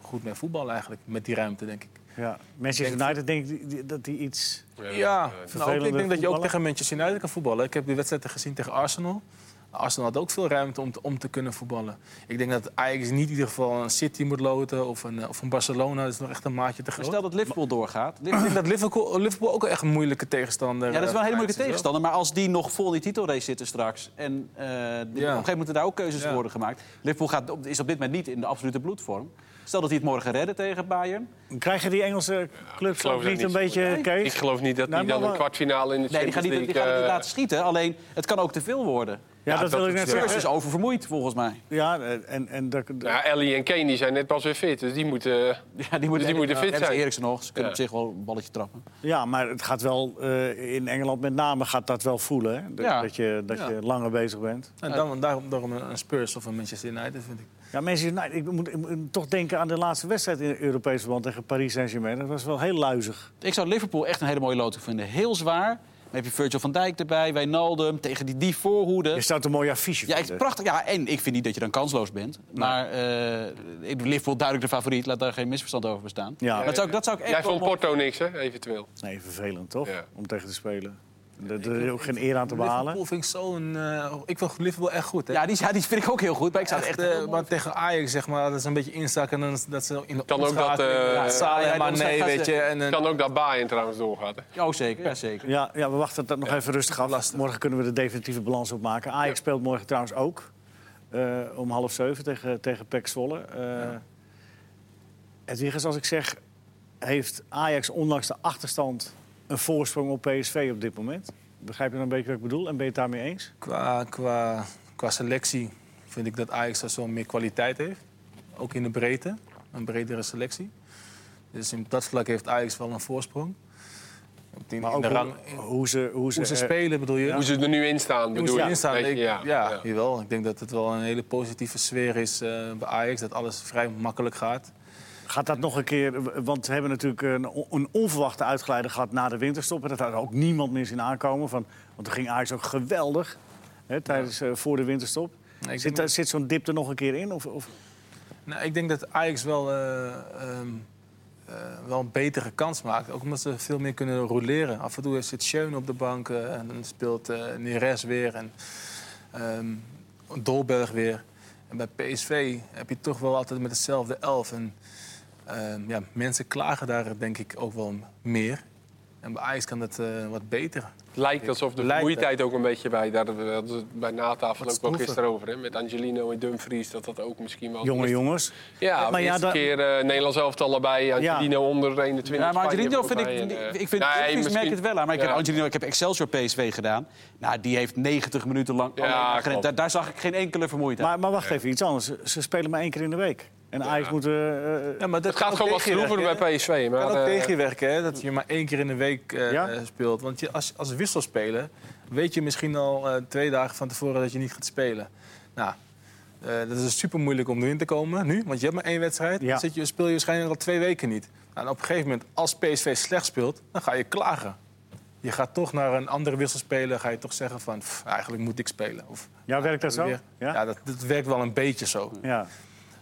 Speaker 2: goed mee voetballen eigenlijk. Met die ruimte, denk ik.
Speaker 1: Ja. Manchester
Speaker 2: Denk-
Speaker 1: United denk ik die- die- dat die iets...
Speaker 3: Ja,
Speaker 2: Ja,
Speaker 3: eh,
Speaker 2: nou, ik
Speaker 1: vervelende
Speaker 2: denk dat je ook
Speaker 1: voetballer.
Speaker 2: tegen Manchester United kan voetballen. Ik heb die wedstrijden gezien tegen Arsenal. Arsenal had ook veel ruimte om te, om te kunnen voetballen. Ik denk dat Ajax niet in ieder geval een City moet loten of een, eh, of een Barcelona. Dat is nog echt een maatje te
Speaker 4: Maar
Speaker 2: groot.
Speaker 4: Stel dat Liverpool doorgaat.
Speaker 2: Ik
Speaker 4: Liverpool-
Speaker 2: denk dat Liverpool, Liverpool ook echt een moeilijke tegenstander
Speaker 4: Ja, dat is wel een hele
Speaker 2: eh,
Speaker 4: moeilijke
Speaker 2: is, hoor.
Speaker 4: tegenstander. Maar als die nog vol in die titelrace zitten straks... en eh, op een gegeven moment moeten daar ook keuzes
Speaker 2: Ja.
Speaker 4: worden gemaakt. Liverpool gaat, op- is op dit moment niet in de absolute bloedvorm. Stel dat hij het morgen redden tegen Bayern.
Speaker 1: Krijgen die Engelse clubs
Speaker 3: geloof
Speaker 1: ook
Speaker 3: dat
Speaker 1: niet
Speaker 3: niet.
Speaker 1: een beetje... Kees?
Speaker 3: Ik geloof niet dat
Speaker 1: Nou,
Speaker 3: die dan
Speaker 1: maar-
Speaker 3: een kwartfinale in de
Speaker 4: Nee, die gaan
Speaker 3: Champions
Speaker 4: niet, die
Speaker 3: League...
Speaker 4: gaan niet
Speaker 3: eh,
Speaker 4: laten schieten. Alleen, het kan ook te veel worden.
Speaker 1: Ja, dat,
Speaker 3: dat
Speaker 1: wil ik
Speaker 3: is
Speaker 1: net
Speaker 3: wel-
Speaker 4: Spurs is
Speaker 1: zeggen.
Speaker 4: oververmoeid, volgens mij.
Speaker 1: Ja, en, en dat,
Speaker 3: nou, Ellie en Kane die zijn net pas weer fit, dus die moeten...
Speaker 4: Ja, die
Speaker 3: Dus moeten fit
Speaker 4: hebben ze
Speaker 3: zijn.
Speaker 4: Eriksen nog. Ze kunnen
Speaker 3: Ja.
Speaker 4: op zich wel een balletje trappen.
Speaker 1: Ja, maar het gaat wel, eh, in Engeland met name gaat dat wel voelen. Hè? Dat,
Speaker 4: Ja.
Speaker 1: dat, je, dat
Speaker 2: Ja.
Speaker 1: je langer bezig bent.
Speaker 2: En dan, daarom, daarom een een Spurs of een Manchester United, vind ik.
Speaker 1: Ja, mensen, nou, ik, moet, ik moet toch denken aan de laatste wedstrijd in het Europees verband tegen Paris Saint-Germain. Dat was wel heel luizig.
Speaker 4: Ik zou Liverpool echt een hele mooie loting vinden. Heel zwaar. Dan heb je Virgil van Dijk erbij, Wijnaldum, tegen die, die voorhoede.
Speaker 1: Je staat een mooi affiche
Speaker 4: Ja,
Speaker 1: voor
Speaker 4: echt
Speaker 1: de-
Speaker 4: prachtig. Ja, en ik vind niet dat je dan kansloos bent. Maar eh, ik ben Liverpool duidelijk de favoriet. Laat daar geen misverstand over bestaan.
Speaker 1: Ja.
Speaker 4: Maar dat zou ik, dat zou ik echt
Speaker 3: Jij
Speaker 4: wel
Speaker 3: vond
Speaker 4: mooi-
Speaker 3: Porto niks, hè, eventueel.
Speaker 1: Nee, vervelend toch?
Speaker 3: Ja.
Speaker 1: Om tegen te spelen. Er er is ook geen eer aan te behalen.
Speaker 2: Liverpool vind ik zo'n... eh, ik vind Liverpool echt goed, hè?
Speaker 4: Ja die, ja, die vind ik ook heel goed. Maar ik zou het
Speaker 2: Echt,
Speaker 4: echt...
Speaker 2: eh, maar tegen Ajax, zeg maar, dat is een beetje inzakken. En dan, dat ze in de
Speaker 3: Kan ook dat,
Speaker 2: omschakeling-
Speaker 3: eh,
Speaker 2: ja, Salah,
Speaker 4: ja, de
Speaker 2: maar nee,
Speaker 4: omschakeling-
Speaker 2: weet je. En, een-
Speaker 3: Kan ook dat Bayern trouwens doorgaat. hè.
Speaker 1: eh,
Speaker 4: Oh, zeker. Ja, zeker.
Speaker 1: Ja, ja, we wachten dat nog even rustig af. Morgen kunnen we de definitieve balans opmaken. Ajax speelt morgen trouwens ook. eh, om half zeven tegen, tegen PEC Zwolle. Eh Edwiges, als ik zeg... heeft Ajax ondanks de achterstand een voorsprong op PSV op dit moment? Begrijp je dan een beetje wat ik bedoel? En ben je het daarmee eens?
Speaker 2: qua, qua, qua selectie vind ik dat Ajax daar zo meer kwaliteit heeft. Ook in de breedte, een bredere selectie. Dus in dat vlak heeft Ajax wel een voorsprong. Op die-
Speaker 1: Maar
Speaker 2: in
Speaker 1: ook
Speaker 2: de rang-
Speaker 1: hoe, hoe ze... Hoe ze,
Speaker 2: hoe ze
Speaker 1: eh,
Speaker 2: spelen, bedoel je?
Speaker 3: Hoe ze er nu in staan,
Speaker 2: Hoe
Speaker 3: bedoel
Speaker 2: ze
Speaker 3: je?
Speaker 2: erin staan.
Speaker 3: Weet je,
Speaker 2: Ik, ja,
Speaker 3: ja.
Speaker 2: jawel. Ik denk dat het wel een hele positieve sfeer is eh, bij Ajax. Dat alles vrij makkelijk gaat.
Speaker 1: Gaat dat nog een keer, want we hebben natuurlijk een, on- een onverwachte uitglijder gehad na de winterstop. En dat had ook niemand meer zien aankomen. Van, want toen ging Ajax ook geweldig hè, tijdens, eh, voor de winterstop.
Speaker 2: Nee, ik
Speaker 1: Zit,
Speaker 2: denk
Speaker 1: daar- zit zo'n dip er nog een keer in? Of, of,
Speaker 2: Nou, ik denk dat Ajax wel, eh, ehm, eh, wel een betere kans maakt. Ook omdat ze veel meer kunnen roleren. Af en toe zit Schöne op de bank eh, en dan speelt eh Neres weer en ehm, Dolberg weer. En bij PSV heb je toch wel altijd met dezelfde elf. En ehm, ja, mensen klagen daar denk ik ook wel meer. En bij Ajax kan dat eh, wat beter.
Speaker 3: Het lijkt alsof de
Speaker 2: Lijkt het.
Speaker 3: vermoeidheid ook een beetje bij... Daar hadden we hadden we het bij natafel
Speaker 2: Wat
Speaker 3: ook wel
Speaker 2: stroever.
Speaker 3: gisteren over. Hè? Met Angelino en Dumfries, dat dat ook misschien wel...
Speaker 1: jonge jongens.
Speaker 3: Ja,
Speaker 1: Maar
Speaker 3: maar
Speaker 1: ja,
Speaker 3: eerste
Speaker 1: dat-
Speaker 3: keer eh Nederlands elftal erbij. Angelino onder 21.
Speaker 4: Ja, maar Angelino
Speaker 3: Spanje
Speaker 4: vind ik...
Speaker 3: erbij en, eh,
Speaker 4: Ik vind
Speaker 3: nee,
Speaker 4: Dumfries merk
Speaker 3: misschien-
Speaker 4: ik het wel aan. Maar ik,
Speaker 3: Ja.
Speaker 4: heb Angelino, ik heb Excelsior PSV gedaan. Nou, die heeft 90 minuten lang...
Speaker 3: Ja,
Speaker 4: alleen maar gerend.
Speaker 3: klopt.
Speaker 4: daar, daar zag ik geen enkele vermoeidheid.
Speaker 1: Maar, maar wacht even, iets anders. Ze- Ze spelen maar één keer in de week. En Ajax moet... eh, eh,
Speaker 2: Ja, maar dat
Speaker 3: Het gaat gewoon wat stroever bij PSV. Maar,
Speaker 2: kan ook
Speaker 3: eh,
Speaker 2: tegen je werken, hè? dat je maar één keer in de week eh,
Speaker 1: Ja?
Speaker 2: eh, speelt. Want je, als, als wisselspeler weet je misschien al eh, twee dagen van tevoren dat je niet gaat spelen. Nou, eh, dat is super moeilijk om erin te komen nu, want je hebt maar één wedstrijd.
Speaker 1: Ja.
Speaker 2: Dan zit je, speel je waarschijnlijk al twee weken niet. Nou, en op een gegeven moment, als PSV slecht speelt, dan ga je klagen. Je gaat toch naar een andere wisselspeler, ga je toch zeggen van... "Pff, eigenlijk moet ik spelen. Of,
Speaker 1: ja, werkt dat zo?
Speaker 2: weer-
Speaker 1: Ja?
Speaker 2: dat, dat werkt wel een beetje zo.
Speaker 1: Ja.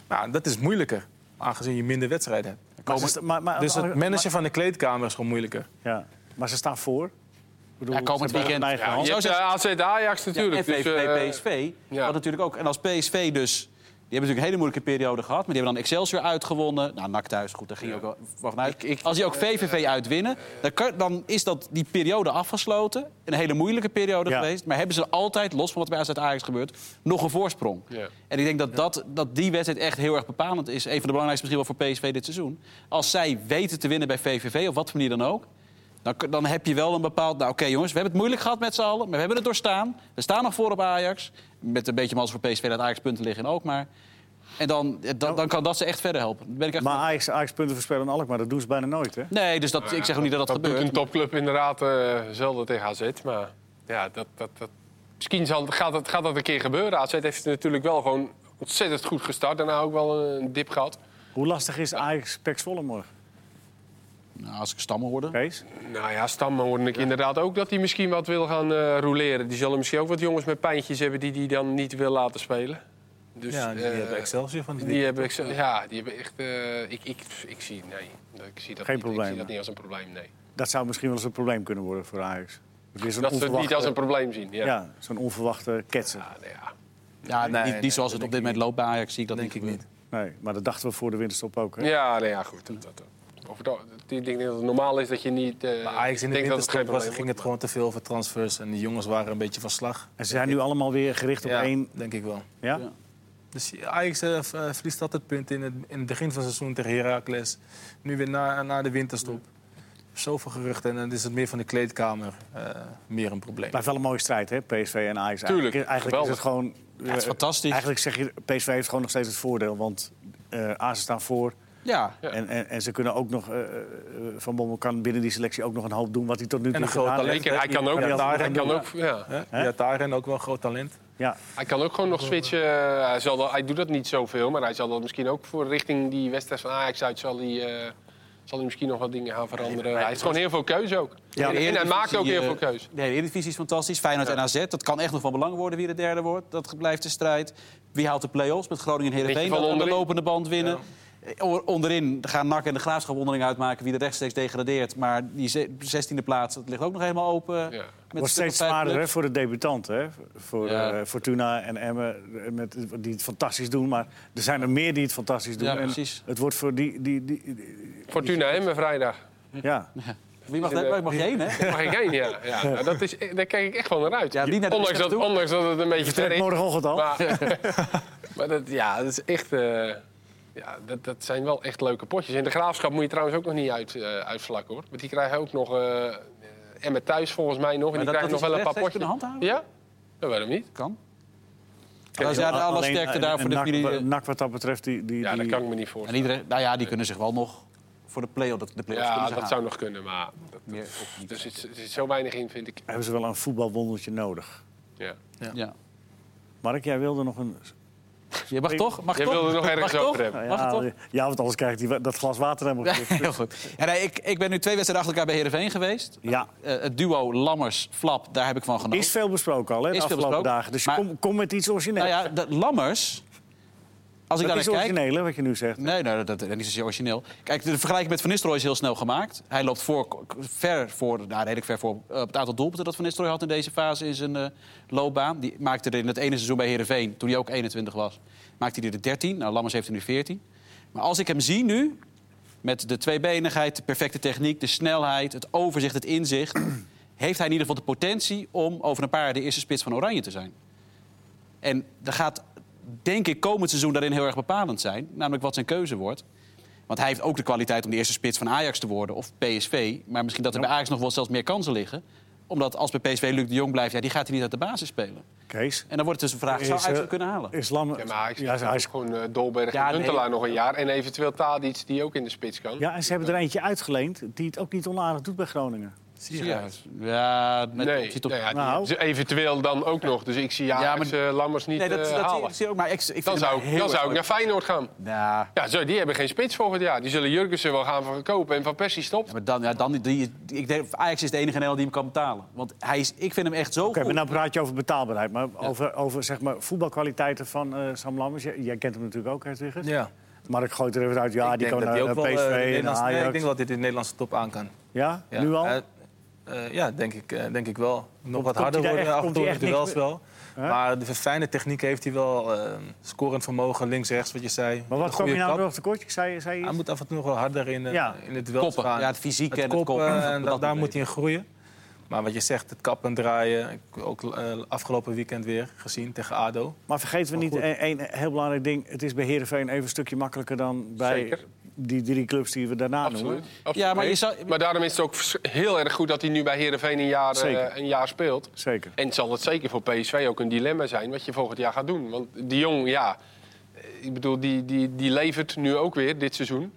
Speaker 2: Nou, dat is moeilijker, aangezien je minder wedstrijden hebt. Oh,
Speaker 1: Maar, ze sta- maar, maar,
Speaker 2: Dus het managen van de kleedkamer is gewoon moeilijker.
Speaker 1: ja. maar ze staan voor. bedoel,
Speaker 4: Ja, komend
Speaker 1: ze hebben
Speaker 4: weekend.
Speaker 1: het in eigen
Speaker 4: Ja,
Speaker 3: Je
Speaker 1: hand.
Speaker 4: Zo
Speaker 3: hebt
Speaker 4: zit-
Speaker 3: eh, AZ Ajax natuurlijk.
Speaker 4: en
Speaker 3: dus,
Speaker 4: VVV,
Speaker 3: eh,
Speaker 4: PSV.
Speaker 3: ja.
Speaker 4: Wat natuurlijk ook. En als PSV dus... Die hebben natuurlijk een hele moeilijke periode gehad. Maar die hebben dan Excelsior uitgewonnen. Nou, NAC thuis, goed, daar ging je ook wel wel vanuit. als die
Speaker 3: eh,
Speaker 4: ook VVV uitwinnen, dan, kan- dan is dat die periode afgesloten. Een hele moeilijke periode
Speaker 1: Ja.
Speaker 4: geweest. Maar hebben ze altijd, los van wat bij AZ Ajax gebeurt, nog een voorsprong.
Speaker 3: Ja.
Speaker 4: En ik denk dat, dat, dat die wedstrijd echt heel erg bepalend is. Een van de belangrijkste misschien wel voor PSV dit seizoen. Als zij weten te winnen bij VVV, op wat voor manier dan ook... Dan, kun- dan heb je wel een bepaald... Nou, oké jongens, we hebben het moeilijk gehad met z'n allen. Maar we hebben het doorstaan. We staan nog voor op Ajax. Met een beetje mals voor PSV dat Ajax punten liggen en ook maar. En dan, eh,
Speaker 2: Nou-
Speaker 4: dan, dan kan dat ze echt verder helpen. Dan ben ik echt...
Speaker 1: Maar Ajax, Ajax punten voorspellen aan Alkmaar, dat doen ze bijna nooit, hè?
Speaker 4: Nee, dus dat, ik zeg ook niet dat dat,
Speaker 3: Dat doet
Speaker 4: gebeurt.
Speaker 3: een topclub inderdaad eh, zelden tegen AZ. Maar ja, dat, dat, dat, misschien zal, gaat, dat, gaat dat een keer gebeuren. AZ heeft natuurlijk wel gewoon ontzettend goed gestart. Daarna ook wel een dip gehad.
Speaker 1: Hoe lastig is Ajax Pek Zwolle morgen,
Speaker 4: Nou, als ik stammen hoorde.
Speaker 1: Kees?
Speaker 3: Nou ja, Stam hoorde ik inderdaad ook dat hij misschien wat wil gaan eh roleren. Die zullen misschien ook wat jongens met pijntjes hebben die die dan niet wil laten spelen. Dus,
Speaker 2: ja, die
Speaker 3: eh,
Speaker 2: hebben Excelsior van die.
Speaker 3: Die hebben ik, zo- ja, die hebben echt. eh, ik, ik, ik zie, nee, ik zie dat
Speaker 1: Geen
Speaker 3: niet, Ik
Speaker 1: probleem.
Speaker 3: zie dat niet als een probleem. Nee.
Speaker 1: Dat zou misschien wel eens een probleem kunnen worden voor Ajax. Het is een
Speaker 3: Dat ze het niet
Speaker 1: onverwachte-
Speaker 3: als een probleem zien. Ja.
Speaker 1: ja. zo'n onverwachte ketsen.
Speaker 3: Ja, nou ja.
Speaker 4: Ja,
Speaker 2: Nee,
Speaker 4: niet,
Speaker 2: nee,
Speaker 4: niet zoals
Speaker 2: dat
Speaker 4: het
Speaker 2: denk
Speaker 4: op dit
Speaker 2: ik
Speaker 4: moment loopt bij Ajax, zie ik dat
Speaker 2: denk ik
Speaker 4: niet
Speaker 2: niet.
Speaker 1: Nee, maar dat dachten we voor de winterstop ook, hè?
Speaker 3: Ja, nou ja, goed. Dat, dat, over dat, ik denk dat het normaal is dat je niet. eh
Speaker 2: Maar Ajax in de
Speaker 3: denkt dat het geen
Speaker 2: winterstop was,
Speaker 3: probleem
Speaker 2: ging het gewoon te veel over transfers. En die jongens waren een beetje van slag.
Speaker 1: En ze zijn nu allemaal weer gericht op
Speaker 2: Ja,
Speaker 1: één...
Speaker 2: denk ik wel.
Speaker 1: Ja?
Speaker 4: Ja.
Speaker 2: Dus Ajax eh, v- eh, verliest altijd punten in het, in het begin van het seizoen tegen Heracles. Nu weer na, na de winterstop. Zoveel geruchten en dan is het meer van de kleedkamer eh, meer een probleem.
Speaker 1: Blijft wel een mooie strijd, hè? PSV en Ajax.
Speaker 3: Tuurlijk,
Speaker 1: eigenlijk eigenlijk is
Speaker 3: geweldig.
Speaker 1: het gewoon...
Speaker 4: het is
Speaker 1: eh,
Speaker 4: fantastisch.
Speaker 1: Eigenlijk zeg je, PSV heeft gewoon nog steeds het voordeel. Want eh Ajax staan voor.
Speaker 4: Ja,
Speaker 3: Ja.
Speaker 1: En, en, en ze kunnen ook nog... eh, eh, Van Bommel kan binnen die selectie ook nog een hoop doen wat hij tot nu toe
Speaker 2: En een
Speaker 1: gedaan
Speaker 2: groot
Speaker 1: heeft.
Speaker 2: talent.
Speaker 3: Zeker, hij kan ook.
Speaker 1: Ja, daar
Speaker 3: Hij kan ook, ja.
Speaker 2: Hè? Ja, daarin ook wel een groot talent.
Speaker 1: Ja,
Speaker 3: hij kan ook gewoon nog switchen. Eh, Hij, zal dat, hij doet dat niet zoveel, maar hij zal dat misschien ook voor richting die wedstrijd van Ajax uit. Zal hij, eh, zal hij misschien nog wat dingen gaan veranderen. hij heeft gewoon heel veel keuze ook.
Speaker 1: Ja,
Speaker 3: en, en hij maakt ook heel
Speaker 2: eh,
Speaker 3: veel keuze.
Speaker 4: keus. eh, De hele Eredivisie is fantastisch. Feyenoord en AZ, dat kan echt nog van belang worden wie de derde wordt. Dat blijft de strijd. Wie haalt de play-offs met Groningen en Heerenveen?
Speaker 3: Beetje van
Speaker 4: Dat aan de
Speaker 3: onderin.
Speaker 4: lopende band winnen. Eh, o- Onderin gaan NAC en de Graafschap onderling uitmaken wie er rechtstreeks degradeert. Maar die ze- 16e plaats, dat ligt ook nog helemaal open. Met een
Speaker 1: wordt
Speaker 4: stuk of
Speaker 1: steeds
Speaker 4: vijf
Speaker 1: zwaarder hè,
Speaker 4: clubs.
Speaker 1: voor de debutanten. Hè? Voor
Speaker 4: Ja.
Speaker 1: eh, Fortuna en Emmen, eh, met, die het fantastisch doen. Maar er zijn er meer die het fantastisch doen.
Speaker 4: Ja,
Speaker 1: En
Speaker 4: precies.
Speaker 1: Het wordt voor die... die, die, die-
Speaker 3: Fortuna Emmen vrijdag.
Speaker 1: ja.
Speaker 4: Wie mag, daar- waar mag je heen, hè?
Speaker 3: Mag ik heen, ja. ja. nou, dat is, daar kijk ik echt wel naar uit.
Speaker 4: Ja, die naar de
Speaker 3: ondanks, dat,
Speaker 4: wedstrijd toe.
Speaker 3: ondanks dat het een beetje ver
Speaker 1: Trek
Speaker 3: is.
Speaker 1: morgenochtend al.
Speaker 3: Maar, maar dat, ja, dat is echt... eh, ja, dat, dat zijn wel echt leuke potjes. In de Graafschap moet je trouwens ook nog niet uit, eh uitvlakken, hoor. Want die krijgen ook nog... eh eh, Emmen thuis volgens mij nog. En
Speaker 4: Maar
Speaker 3: die
Speaker 4: dat-
Speaker 3: krijgen
Speaker 4: dat
Speaker 3: nog
Speaker 4: is
Speaker 3: wel een paar
Speaker 4: rechtstreeks
Speaker 3: potjes.
Speaker 4: kunnen
Speaker 3: Ja?
Speaker 4: handhaven?
Speaker 3: Ja, waarom niet?
Speaker 4: Kan. Dat is ja, de
Speaker 1: Alleen,
Speaker 4: alle sterkte
Speaker 1: eh,
Speaker 4: daar
Speaker 1: en
Speaker 4: voor de
Speaker 1: NAC
Speaker 4: familie.
Speaker 1: wa- NAC wat dat betreft, die... die,
Speaker 3: Ja, dat
Speaker 1: die-
Speaker 3: kan ik me niet
Speaker 4: En
Speaker 3: voorstellen.
Speaker 4: iedereen, nou ja, die kunnen zich wel nog voor de play-off. dat- De play
Speaker 3: Ja, dat zou nog kunnen, maar... Dat,
Speaker 4: Meer
Speaker 3: dat-
Speaker 4: of niet.
Speaker 3: er, zit, er zit zo weinig in, vind ik.
Speaker 1: hebben ze wel een voetbalwondertje nodig.
Speaker 3: Ja.
Speaker 4: Ja.
Speaker 1: Mark, jij wilde nog een...
Speaker 4: Je mag toch? Mag
Speaker 3: Je
Speaker 4: toch?
Speaker 3: wilde er nog
Speaker 4: Mag
Speaker 3: ergens
Speaker 4: toch?
Speaker 3: over hebben.
Speaker 1: Nou
Speaker 4: Mag het toch?
Speaker 1: ja, ja, want anders krijgt hij wa- dat glas water helemaal goed.
Speaker 4: Heel goed. Ja, nee, ik, ik ben nu twee wedstrijden achter elkaar bij Heerenveen geweest.
Speaker 1: Ja,
Speaker 4: Eh, het duo Lammers-Flap, daar heb ik van genoten.
Speaker 1: is veel besproken al hè, de
Speaker 4: Nou. Is veel
Speaker 1: afgelopen
Speaker 4: besproken.
Speaker 1: dagen. Dus
Speaker 4: Maar-
Speaker 1: kom, kom met iets origineels.
Speaker 4: Nou ja, dat Lammers... Als ik
Speaker 1: dat
Speaker 4: daar
Speaker 1: is
Speaker 4: naar kijk...
Speaker 1: origineel hè, wat je nu zegt.
Speaker 4: Nee, nee, dat, dat is niet zozeer origineel. Kijk, de vergelijking met Van Nistelrooy is heel snel gemaakt. Hij loopt voor, ver voor, nou, redelijk ver voor eh, op het aantal doelpunten dat Van Nistelrooy had in deze fase in zijn eh, loopbaan. Die maakte er in het ene seizoen bij Herenveen, toen hij ook 21 was, maakte hij er 13. Nou, Lammers heeft er nu 14. Maar als ik hem zie nu, met de tweebenigheid, de perfecte techniek, de snelheid, het overzicht, het inzicht, heeft hij in ieder geval de potentie om over een paar jaar de eerste spits van Oranje te zijn. En dat gaat, denk ik, komend seizoen daarin heel erg bepalend zijn. Namelijk wat zijn keuze wordt. Want hij heeft ook de kwaliteit om de eerste spits van Ajax te worden of PSV. Maar misschien dat er bij Ajax nog wel zelfs meer kansen liggen. Omdat als bij PSV Luc de Jong blijft, ja, die gaat hij niet uit de basis spelen.
Speaker 1: Kees,
Speaker 4: En dan wordt het dus een vraag, zou
Speaker 1: Is,
Speaker 4: Ajax
Speaker 1: eh,
Speaker 4: dat kunnen halen?
Speaker 1: is Lam...
Speaker 3: Ja, maar hij,
Speaker 1: Ja, hij is-
Speaker 3: gewoon eh, Dolberg
Speaker 4: Ja,
Speaker 3: en
Speaker 4: nee.
Speaker 3: Huntelaar nog een jaar. En eventueel Tadic, die ook in de spits kan.
Speaker 1: ja, en ze hebben er eentje uitgeleend die het ook niet onaardig doet bij Groningen.
Speaker 4: Sierhuis. Ja, met
Speaker 3: nee,
Speaker 4: zit op-
Speaker 3: nou ja, die-
Speaker 1: Nou.
Speaker 3: ze- eventueel dan ook nog. Dus ik zie Ajax
Speaker 4: maar-
Speaker 3: eh, Lammers niet
Speaker 4: Nee, dat,
Speaker 3: eh,
Speaker 4: dat zie,
Speaker 3: halen.
Speaker 4: ik- zie ik ook. Maar ik, ik vind
Speaker 3: dan
Speaker 4: hem
Speaker 3: zou,
Speaker 4: heel
Speaker 3: ik- dan
Speaker 4: erg
Speaker 3: zou ik
Speaker 4: leuk.
Speaker 3: naar Feyenoord gaan.
Speaker 4: Nou,
Speaker 3: Ja, zo, die hebben geen spits volgend jaar. Die zullen Jurgensen wel gaan verkopen. En Van Persie stopt.
Speaker 4: ja, maar dan, ja, dan die, die- ik denk, Ajax is de enige NL die hem kan betalen. Want hij is, ik vind hem echt zo
Speaker 1: Oké,
Speaker 4: goed.
Speaker 1: maar nou praat je over betaalbaarheid. Maar over, over zeg maar, voetbalkwaliteiten van eh, Sam Lammers. Jij, jij kent hem natuurlijk ook, hè, Tigger?
Speaker 2: Ja.
Speaker 1: Maar ik gooi het er even uit. Ja, die
Speaker 2: Ik denk
Speaker 1: kan
Speaker 2: dat die
Speaker 1: naar
Speaker 2: ook
Speaker 1: PSV
Speaker 2: wel, eh, de
Speaker 1: en
Speaker 2: Nederlandse- nee,
Speaker 1: Ajax.
Speaker 2: ik denk dat dit in de Nederlandse top aan kan.
Speaker 1: Ja?
Speaker 2: Ja.
Speaker 1: Nu al?
Speaker 2: Eh, eh, ja, denk ik, eh, denk ik wel. Nog wat
Speaker 1: hij
Speaker 2: harder
Speaker 1: daar
Speaker 2: worden
Speaker 1: echt-
Speaker 2: af en
Speaker 1: komt
Speaker 2: toe
Speaker 1: hij
Speaker 2: in
Speaker 1: echt
Speaker 2: duels
Speaker 1: niks-
Speaker 2: wel.
Speaker 1: Hè?
Speaker 2: Maar de fijne techniek heeft hij wel. eh, scorend vermogen, links, rechts, wat je zei.
Speaker 1: Maar wat
Speaker 2: Een
Speaker 1: kwam
Speaker 2: goede
Speaker 1: je nou
Speaker 2: trap.
Speaker 1: nog tekort? Ik zei, zei
Speaker 2: Hij
Speaker 1: iets.
Speaker 2: moet af en toe nog wel harder in, de-
Speaker 1: Ja.
Speaker 2: in het duel
Speaker 4: Koppen.
Speaker 2: gaan.
Speaker 4: Ja, het fysiek en
Speaker 2: het
Speaker 4: het
Speaker 2: koppen.
Speaker 4: koppen.
Speaker 2: eh,
Speaker 4: Dat
Speaker 2: en da-
Speaker 4: moet
Speaker 2: daar moet
Speaker 4: weten.
Speaker 2: hij in groeien. Maar wat je zegt, het kappen draaien. Ik- Ook eh, afgelopen weekend weer gezien tegen ADO.
Speaker 1: Maar vergeten we
Speaker 2: Maar
Speaker 1: niet eh,
Speaker 2: goed.
Speaker 1: één één heel belangrijk ding. Het is bij Heerenveen even een stukje makkelijker dan bij
Speaker 3: Zeker.
Speaker 1: die drie clubs die we daarna
Speaker 3: Absoluut.
Speaker 1: noemen.
Speaker 3: Absoluut.
Speaker 4: Ja, maar je
Speaker 3: Nee.
Speaker 4: zou-
Speaker 3: maar daarom is het ook vers- heel erg goed dat hij nu bij Heerenveen een jaar, eh,
Speaker 1: Zeker.
Speaker 3: een jaar speelt.
Speaker 1: Zeker.
Speaker 3: En zal het zeker voor PSV ook een dilemma zijn wat je volgend jaar gaat doen. Want die jong, ja, eh, ik bedoel, die, die, die levert nu ook weer dit seizoen.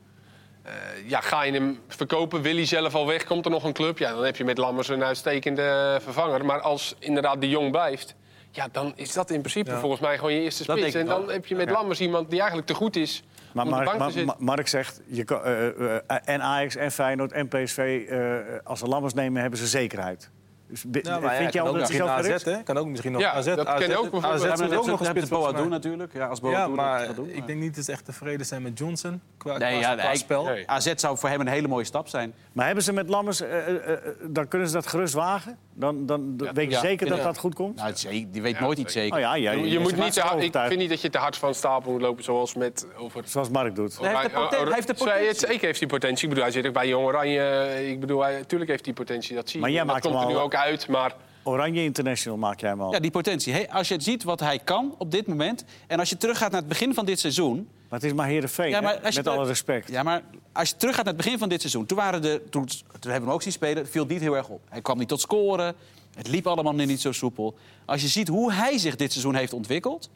Speaker 3: Eh, ja, ga je hem verkopen? Wil hij zelf al weg? Komt er nog een club? Ja, dan heb je met Lammers een uitstekende vervanger. Maar als inderdaad de jong blijft, ja, dan is dat in principe
Speaker 2: Ja.
Speaker 3: volgens mij gewoon je eerste
Speaker 4: Dat
Speaker 3: spits.
Speaker 4: denk
Speaker 3: En
Speaker 4: ik
Speaker 3: dan
Speaker 4: ook.
Speaker 3: heb je met
Speaker 1: Ja.
Speaker 3: Lammers iemand die eigenlijk te goed is
Speaker 1: Maar
Speaker 3: om op de
Speaker 1: Mark,
Speaker 3: bank te
Speaker 1: Ma-
Speaker 3: zitten.
Speaker 1: Ma- Mark zegt, je kan, eh, eh, eh, en Ajax en Feyenoord en PSV... eh, als ze lammers nemen, hebben ze zekerheid. Dus bi-
Speaker 2: Nou, maar ja,
Speaker 1: vind
Speaker 2: hij
Speaker 1: je
Speaker 2: kan
Speaker 1: al
Speaker 2: ook
Speaker 1: dat ze
Speaker 2: misschien nog
Speaker 1: zelf
Speaker 2: AZ,
Speaker 1: gerust?
Speaker 2: hè? Kan ook misschien nog
Speaker 3: Ja,
Speaker 2: AZ.
Speaker 3: dat
Speaker 2: AZ,
Speaker 3: kan ook
Speaker 2: AZ
Speaker 3: bijvoorbeeld. Ja,
Speaker 4: Ja, maar
Speaker 2: moet
Speaker 4: dat
Speaker 2: ook nog een
Speaker 4: heb
Speaker 2: spits
Speaker 4: het Boa
Speaker 2: volgens
Speaker 4: doen
Speaker 2: mij.
Speaker 4: natuurlijk. Ja, als Boa
Speaker 2: Ja,
Speaker 4: doen, dat
Speaker 2: maar
Speaker 4: gaat doen.
Speaker 2: ik denk niet dat ze echt tevreden zijn met Johnson. Qua,
Speaker 4: Nee,
Speaker 2: qua,
Speaker 4: ja,
Speaker 2: qua
Speaker 4: nee, ik-
Speaker 2: spel.
Speaker 3: nee.
Speaker 4: AZ zou voor hem een hele mooie stap zijn.
Speaker 1: Maar hebben ze met lammers... eh, eh, eh, dan kunnen ze dat gerust wagen? Dan, dan dan weet je
Speaker 4: ja,
Speaker 1: zeker dat
Speaker 4: ja.
Speaker 1: dat goed komt?
Speaker 4: Nou, het is- je weet nooit iets zeker.
Speaker 1: Oh ja, ja,
Speaker 3: Je,
Speaker 1: ze
Speaker 3: moet
Speaker 1: maakt
Speaker 3: niet te
Speaker 1: zich
Speaker 3: hard- ik
Speaker 1: overtuigd,
Speaker 3: vind niet dat je te hard van stapel moet lopen zoals met over.
Speaker 1: Zoals Mark doet.
Speaker 4: Hij heeft de
Speaker 3: oh,
Speaker 4: poten- hij heeft de
Speaker 3: Zij-
Speaker 4: potentie.
Speaker 3: Zeker heeft hij potentie. Ik bedoel, hij zit ook bij Jong Oranje. Ik bedoel, hij, tuurlijk heeft hij potentie. Dat zie je.
Speaker 1: Maar jij
Speaker 3: En dat
Speaker 1: maakt
Speaker 3: komt
Speaker 1: hem
Speaker 3: er nu
Speaker 1: al-
Speaker 3: ook uit. Maar
Speaker 1: Oranje International maak jij hem al.
Speaker 4: Ja, die potentie. Hey, als je het ziet wat hij kan op dit moment... en als je teruggaat naar het begin van dit seizoen...
Speaker 1: Maar het is maar Heerenveen,
Speaker 4: Ja, maar
Speaker 1: hè?
Speaker 4: als
Speaker 1: met
Speaker 4: je daar-
Speaker 1: alle respect.
Speaker 4: Ja, maar als je teruggaat naar het begin van dit seizoen... toen, waren de, toen, toen hebben we hem ook zien spelen, viel het niet heel erg op. Hij kwam niet tot scoren, het liep allemaal niet zo soepel. Als je ziet hoe hij zich dit seizoen heeft ontwikkeld...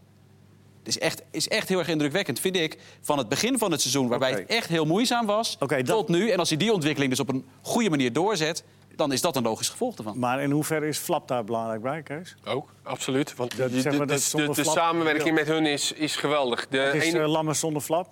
Speaker 4: Het is echt, is echt heel erg indrukwekkend, vind ik. Van het begin van het seizoen, waarbij
Speaker 1: Oké.
Speaker 4: het echt heel moeizaam was,
Speaker 1: Oké, dat-
Speaker 4: tot nu. En als hij die ontwikkeling dus op een goede manier doorzet... dan is dat een logisch gevolg ervan.
Speaker 1: Maar in hoeverre is Flap daar belangrijk bij, Kees?
Speaker 3: ook, absoluut. Want
Speaker 1: Dat-
Speaker 3: de,
Speaker 1: zeg maar,
Speaker 3: de-
Speaker 1: dat
Speaker 3: de-
Speaker 1: zonder
Speaker 3: de
Speaker 1: flap-
Speaker 3: samenwerking
Speaker 1: Ja.
Speaker 3: met hun is, is geweldig. De
Speaker 1: Het is
Speaker 3: ene-
Speaker 1: eh, Lammers zonder Flap.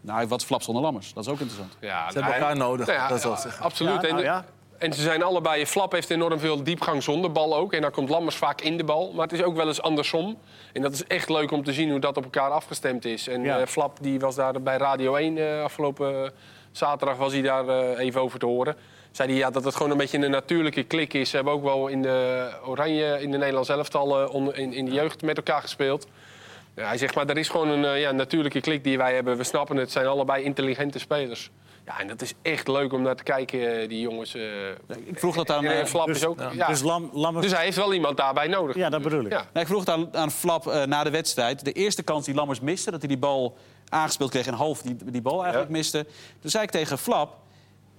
Speaker 4: Nou, wat flap zonder lammers. Dat is ook interessant.
Speaker 3: ja,
Speaker 2: hebben elkaar nodig, dat zal ik zeggen.
Speaker 3: Absoluut.
Speaker 1: Ja, nou
Speaker 3: en,
Speaker 1: ja.
Speaker 3: en ze zijn allebei. Flap heeft enorm veel diepgang zonder bal ook. En dan komt Lammers vaak in de bal. Maar het is ook wel eens andersom. En dat is echt leuk om te zien hoe dat op elkaar afgestemd is. En
Speaker 1: Ja.
Speaker 3: eh, Flap die was daar bij Radio 1 eh, afgelopen zaterdag was hij daar eh, even over te horen. Zei hij ja, dat het gewoon een beetje een natuurlijke klik is. Ze hebben ook wel in de Oranje, in de Nederlands elftal, eh, onder- in, in de jeugd met elkaar gespeeld. Ja, hij zegt, maar er is gewoon een eh, ja, natuurlijke klik die wij hebben. We snappen het, het zijn allebei intelligente spelers. Ja, en dat is echt leuk om naar te kijken, eh, die jongens. eh.
Speaker 4: Ik vroeg dat aan...
Speaker 3: en, eh,
Speaker 4: eh,
Speaker 3: Flap is ook... ja.
Speaker 1: Dus
Speaker 3: Dus,
Speaker 1: Lam, Lammers...
Speaker 3: hij heeft wel iemand daarbij nodig.
Speaker 1: Ja, dat bedoel ik.
Speaker 3: Ja.
Speaker 4: Nou, ik vroeg het aan, aan Flap eh, na de wedstrijd. De eerste kans die Lammers miste, dat hij die bal aangespeeld kreeg en half die, die bal eigenlijk
Speaker 3: Ja.
Speaker 4: miste. Toen zei ik tegen Flap.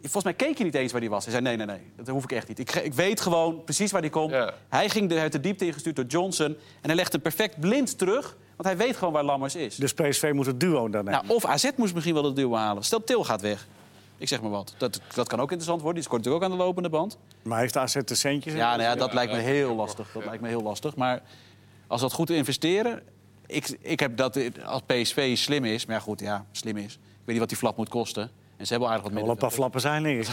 Speaker 4: Volgens mij keek je niet eens waar hij was. Hij zei: Nee, nee, nee, dat hoef ik echt niet. Ik, ge- ik weet gewoon precies waar hij komt.
Speaker 3: Ja.
Speaker 4: Hij ging de, uit de diepte ingestuurd door Johnson. En hij legt hem perfect blind terug, want hij weet gewoon waar Lammers is.
Speaker 1: Dus PSV moet het duo dan
Speaker 4: Nou, of AZ moest misschien wel het duel halen. Stel, Til gaat weg. Ik zeg maar wat. Dat, dat kan ook interessant worden. Die scoort natuurlijk ook aan de lopende band.
Speaker 1: Maar heeft AZ de centjes?
Speaker 4: Ja, nou ja, dat lijkt me heel lastig. Dat lijkt me heel lastig. Maar als dat goed investeren. Ik, ik heb dat als PSV slim is. Maar ja, goed, ja, slim is. Ik weet niet wat die flap moet kosten. En ze hebben aardig wat
Speaker 1: Wel een
Speaker 4: minder.
Speaker 1: paar flappen zijn niks.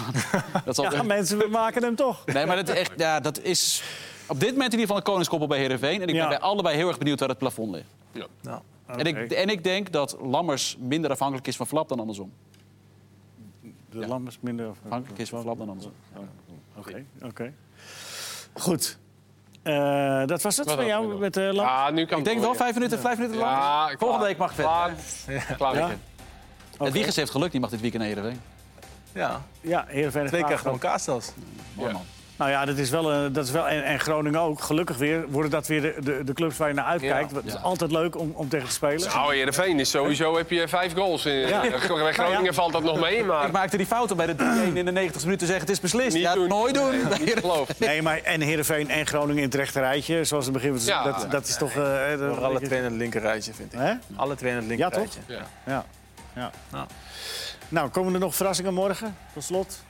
Speaker 4: Dat zal-
Speaker 1: Ja, mensen, we maken hem toch.
Speaker 4: Nee, maar dat, is echt, ja, dat is op dit moment in ieder geval een koningskoppel bij Herenveen. En ik
Speaker 1: Ja.
Speaker 4: ben bij allebei heel erg benieuwd waar het plafond ligt.
Speaker 3: Ja.
Speaker 2: Nou,
Speaker 4: En, ik, en ik denk dat Lammers minder afhankelijk is van flap dan andersom.
Speaker 1: De Lammers minder...
Speaker 4: Afhankelijk is van flap dan andersom.
Speaker 1: Oké, oké. Goed. Eh, dat was het
Speaker 3: Wat
Speaker 1: van
Speaker 3: hadden
Speaker 1: jou
Speaker 3: we
Speaker 1: met eh Lammers?
Speaker 3: Ah, nu kan
Speaker 4: Ik denk wel
Speaker 3: weer.
Speaker 4: vijf minuten, vijf minuten lang.
Speaker 3: Ja, klaar.
Speaker 4: Volgende week mag het
Speaker 3: Klaar.
Speaker 4: verder.
Speaker 3: Klaar
Speaker 1: Ja.
Speaker 3: weekend.
Speaker 1: Oké.
Speaker 4: Het Wiegers heeft geluk, die mag dit weekend naar Herenveen.
Speaker 2: ja,
Speaker 1: Ja, Heerenveen en
Speaker 2: twee keer
Speaker 1: Graafschap.
Speaker 2: gewoon kaas zelfs.
Speaker 4: Mooi
Speaker 3: Ja.
Speaker 4: man.
Speaker 1: Nou ja, dat is wel, een- dat is wel en, en Groningen ook. Gelukkig weer worden dat weer de, de, de clubs waar je naar uitkijkt.
Speaker 3: Ja.
Speaker 1: Want Het is
Speaker 4: Ja.
Speaker 1: altijd leuk om, om tegen te spelen.
Speaker 3: Nou, Heerenveen is sowieso heb je vijf goals. In,
Speaker 1: Ja.
Speaker 3: Bij Groningen
Speaker 1: Nou ja.
Speaker 3: valt dat nog mee, maar...
Speaker 4: Ik maakte die fout om bij de 1 in de 90 minuten te zeggen: het is beslist.
Speaker 3: Niet
Speaker 4: ja,
Speaker 3: doen.
Speaker 4: nooit doen.
Speaker 3: Nee, niet geloof.
Speaker 1: Nee, maar en Heerenveen en Groningen in het rechte rijtje, zoals in het begin van het
Speaker 3: Ja.
Speaker 1: seizoen, dat, dat is toch... eh, eh, dat-
Speaker 2: Voor alle twee in het linkerrijtje, vind ik.
Speaker 1: Hè?
Speaker 2: Alle twee in het
Speaker 1: Ja, toch?
Speaker 2: linkerrijtje.
Speaker 3: Ja.
Speaker 1: Ja. ja.
Speaker 2: Nou.
Speaker 1: Nou, komen er nog verrassingen morgen? Tot slot.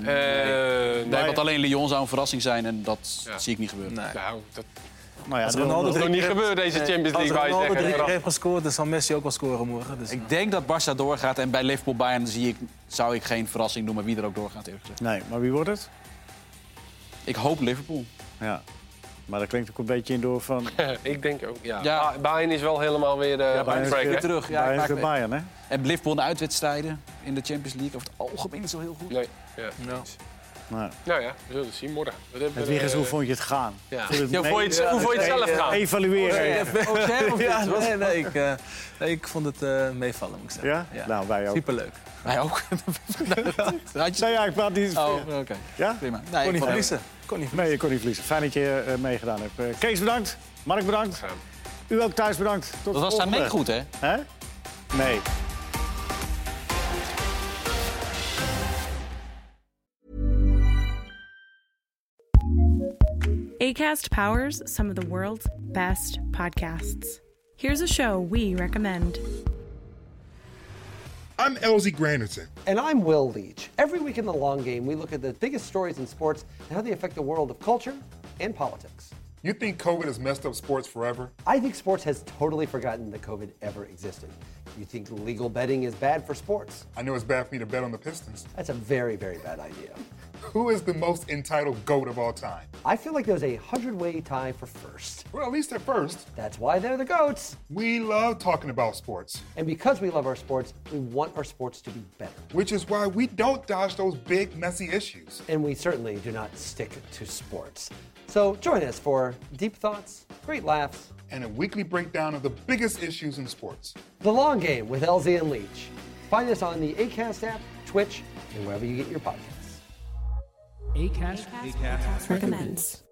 Speaker 3: Eh,
Speaker 4: Nee,
Speaker 3: nee,
Speaker 4: want alleen Lyon zou een verrassing zijn en dat
Speaker 3: Ja.
Speaker 4: zie ik niet gebeuren.
Speaker 2: Nee.
Speaker 3: Nou, dat
Speaker 1: Nou ja,
Speaker 2: Als
Speaker 1: dan-
Speaker 2: Ronaldo
Speaker 3: is nog niet gebeurd, deze Champions
Speaker 2: Als
Speaker 3: League, wou je
Speaker 2: Ronaldo
Speaker 3: zeggen.
Speaker 2: drie keer heeft gescoord, dan zal Messi ook wel scoren morgen. Dus,
Speaker 4: Ik denk dat Barça doorgaat en bij Liverpool Bayern zie ik, zou ik geen verrassing noemen wie er ook doorgaat. Eerlijk gezegd.
Speaker 1: Nee, maar wie wordt het?
Speaker 4: Ik hoop Liverpool.
Speaker 1: Ja. Maar daar klinkt ook een beetje in door van...
Speaker 3: Ik denk ook, ja.
Speaker 4: Ja.
Speaker 3: Ba- Bayern is wel helemaal weer eh
Speaker 1: Bayern
Speaker 3: on
Speaker 1: is
Speaker 3: track,
Speaker 1: weer
Speaker 3: hè?
Speaker 1: Ja,
Speaker 4: Terug, ja, ik
Speaker 1: Bayern
Speaker 4: maak
Speaker 1: tegen
Speaker 4: me-
Speaker 1: Bayern, hè?
Speaker 4: En Liverpool in de uitwedstrijden in de Champions League over het algemeen zo heel goed.
Speaker 3: Nee, ja.
Speaker 2: Ja.
Speaker 1: Nou,
Speaker 3: Nou ja, we zullen het zien morgen. Wat hebben
Speaker 1: het
Speaker 3: we,
Speaker 1: Wiegers,
Speaker 3: eh,
Speaker 1: hoe vond je het gaan?
Speaker 3: ja.
Speaker 1: Vond je het
Speaker 4: Ja,
Speaker 1: mee-
Speaker 4: vond je het-
Speaker 3: hoe vond je het zelf gaan?
Speaker 1: Evalueren.
Speaker 2: Ja, of dit? Ja, Wat?
Speaker 4: nee,
Speaker 2: nee, nee, ik, eh, nee, ik vond het eh, meevallen, moet ik zeggen.
Speaker 1: Ja? Nou, wij ook.
Speaker 2: Superleuk.
Speaker 4: Wij ook. Had je...
Speaker 1: Nou ja, ik praat niet.
Speaker 4: Oh, oké.
Speaker 1: Ja?
Speaker 4: Prima. Nee,
Speaker 2: Kon
Speaker 4: ik
Speaker 2: niet
Speaker 4: vond-
Speaker 2: verliezen. Kon niet
Speaker 1: Nee, je kon niet verliezen. Fijn dat je eh, meegedaan hebt. Eh, Kees, bedankt. Mark, bedankt.
Speaker 3: Graag.
Speaker 1: U ook thuis, bedankt. Tot
Speaker 4: Dat was
Speaker 1: volgende.
Speaker 4: daarmee goed, hè?
Speaker 1: Hè? Nee.
Speaker 5: ACAST powers some of the world's best podcasts. Here's a show we recommend.
Speaker 6: I'm Elsie Granderson.
Speaker 7: And I'm Will Leach. Every week in the long game, we look at the biggest stories in sports and how they affect the world of culture and politics.
Speaker 6: You think COVID has messed up sports forever?
Speaker 7: I think sports has totally forgotten that COVID ever existed. You think legal betting is bad for sports?
Speaker 6: I know it's bad for me to bet on the Pistons.
Speaker 7: That's a very, very bad idea.
Speaker 6: Who is the most entitled GOAT of all time?
Speaker 7: I feel like there's a hundred way tie for first.
Speaker 6: Well, at least at first,
Speaker 7: That's why they're the GOATs.
Speaker 6: we love talking about sports,
Speaker 7: And because we love our sports, we want our sports to be better.
Speaker 6: which is why we don't dodge those big, messy issues.
Speaker 7: And we certainly do not stick to sports. So join us for deep thoughts, great laughs,
Speaker 6: And a weekly breakdown of the biggest issues in sports.
Speaker 7: The Long Game with LZ and Leach. Find us on the ACAST app, Twitch, and wherever you get your podcasts.
Speaker 5: recommends.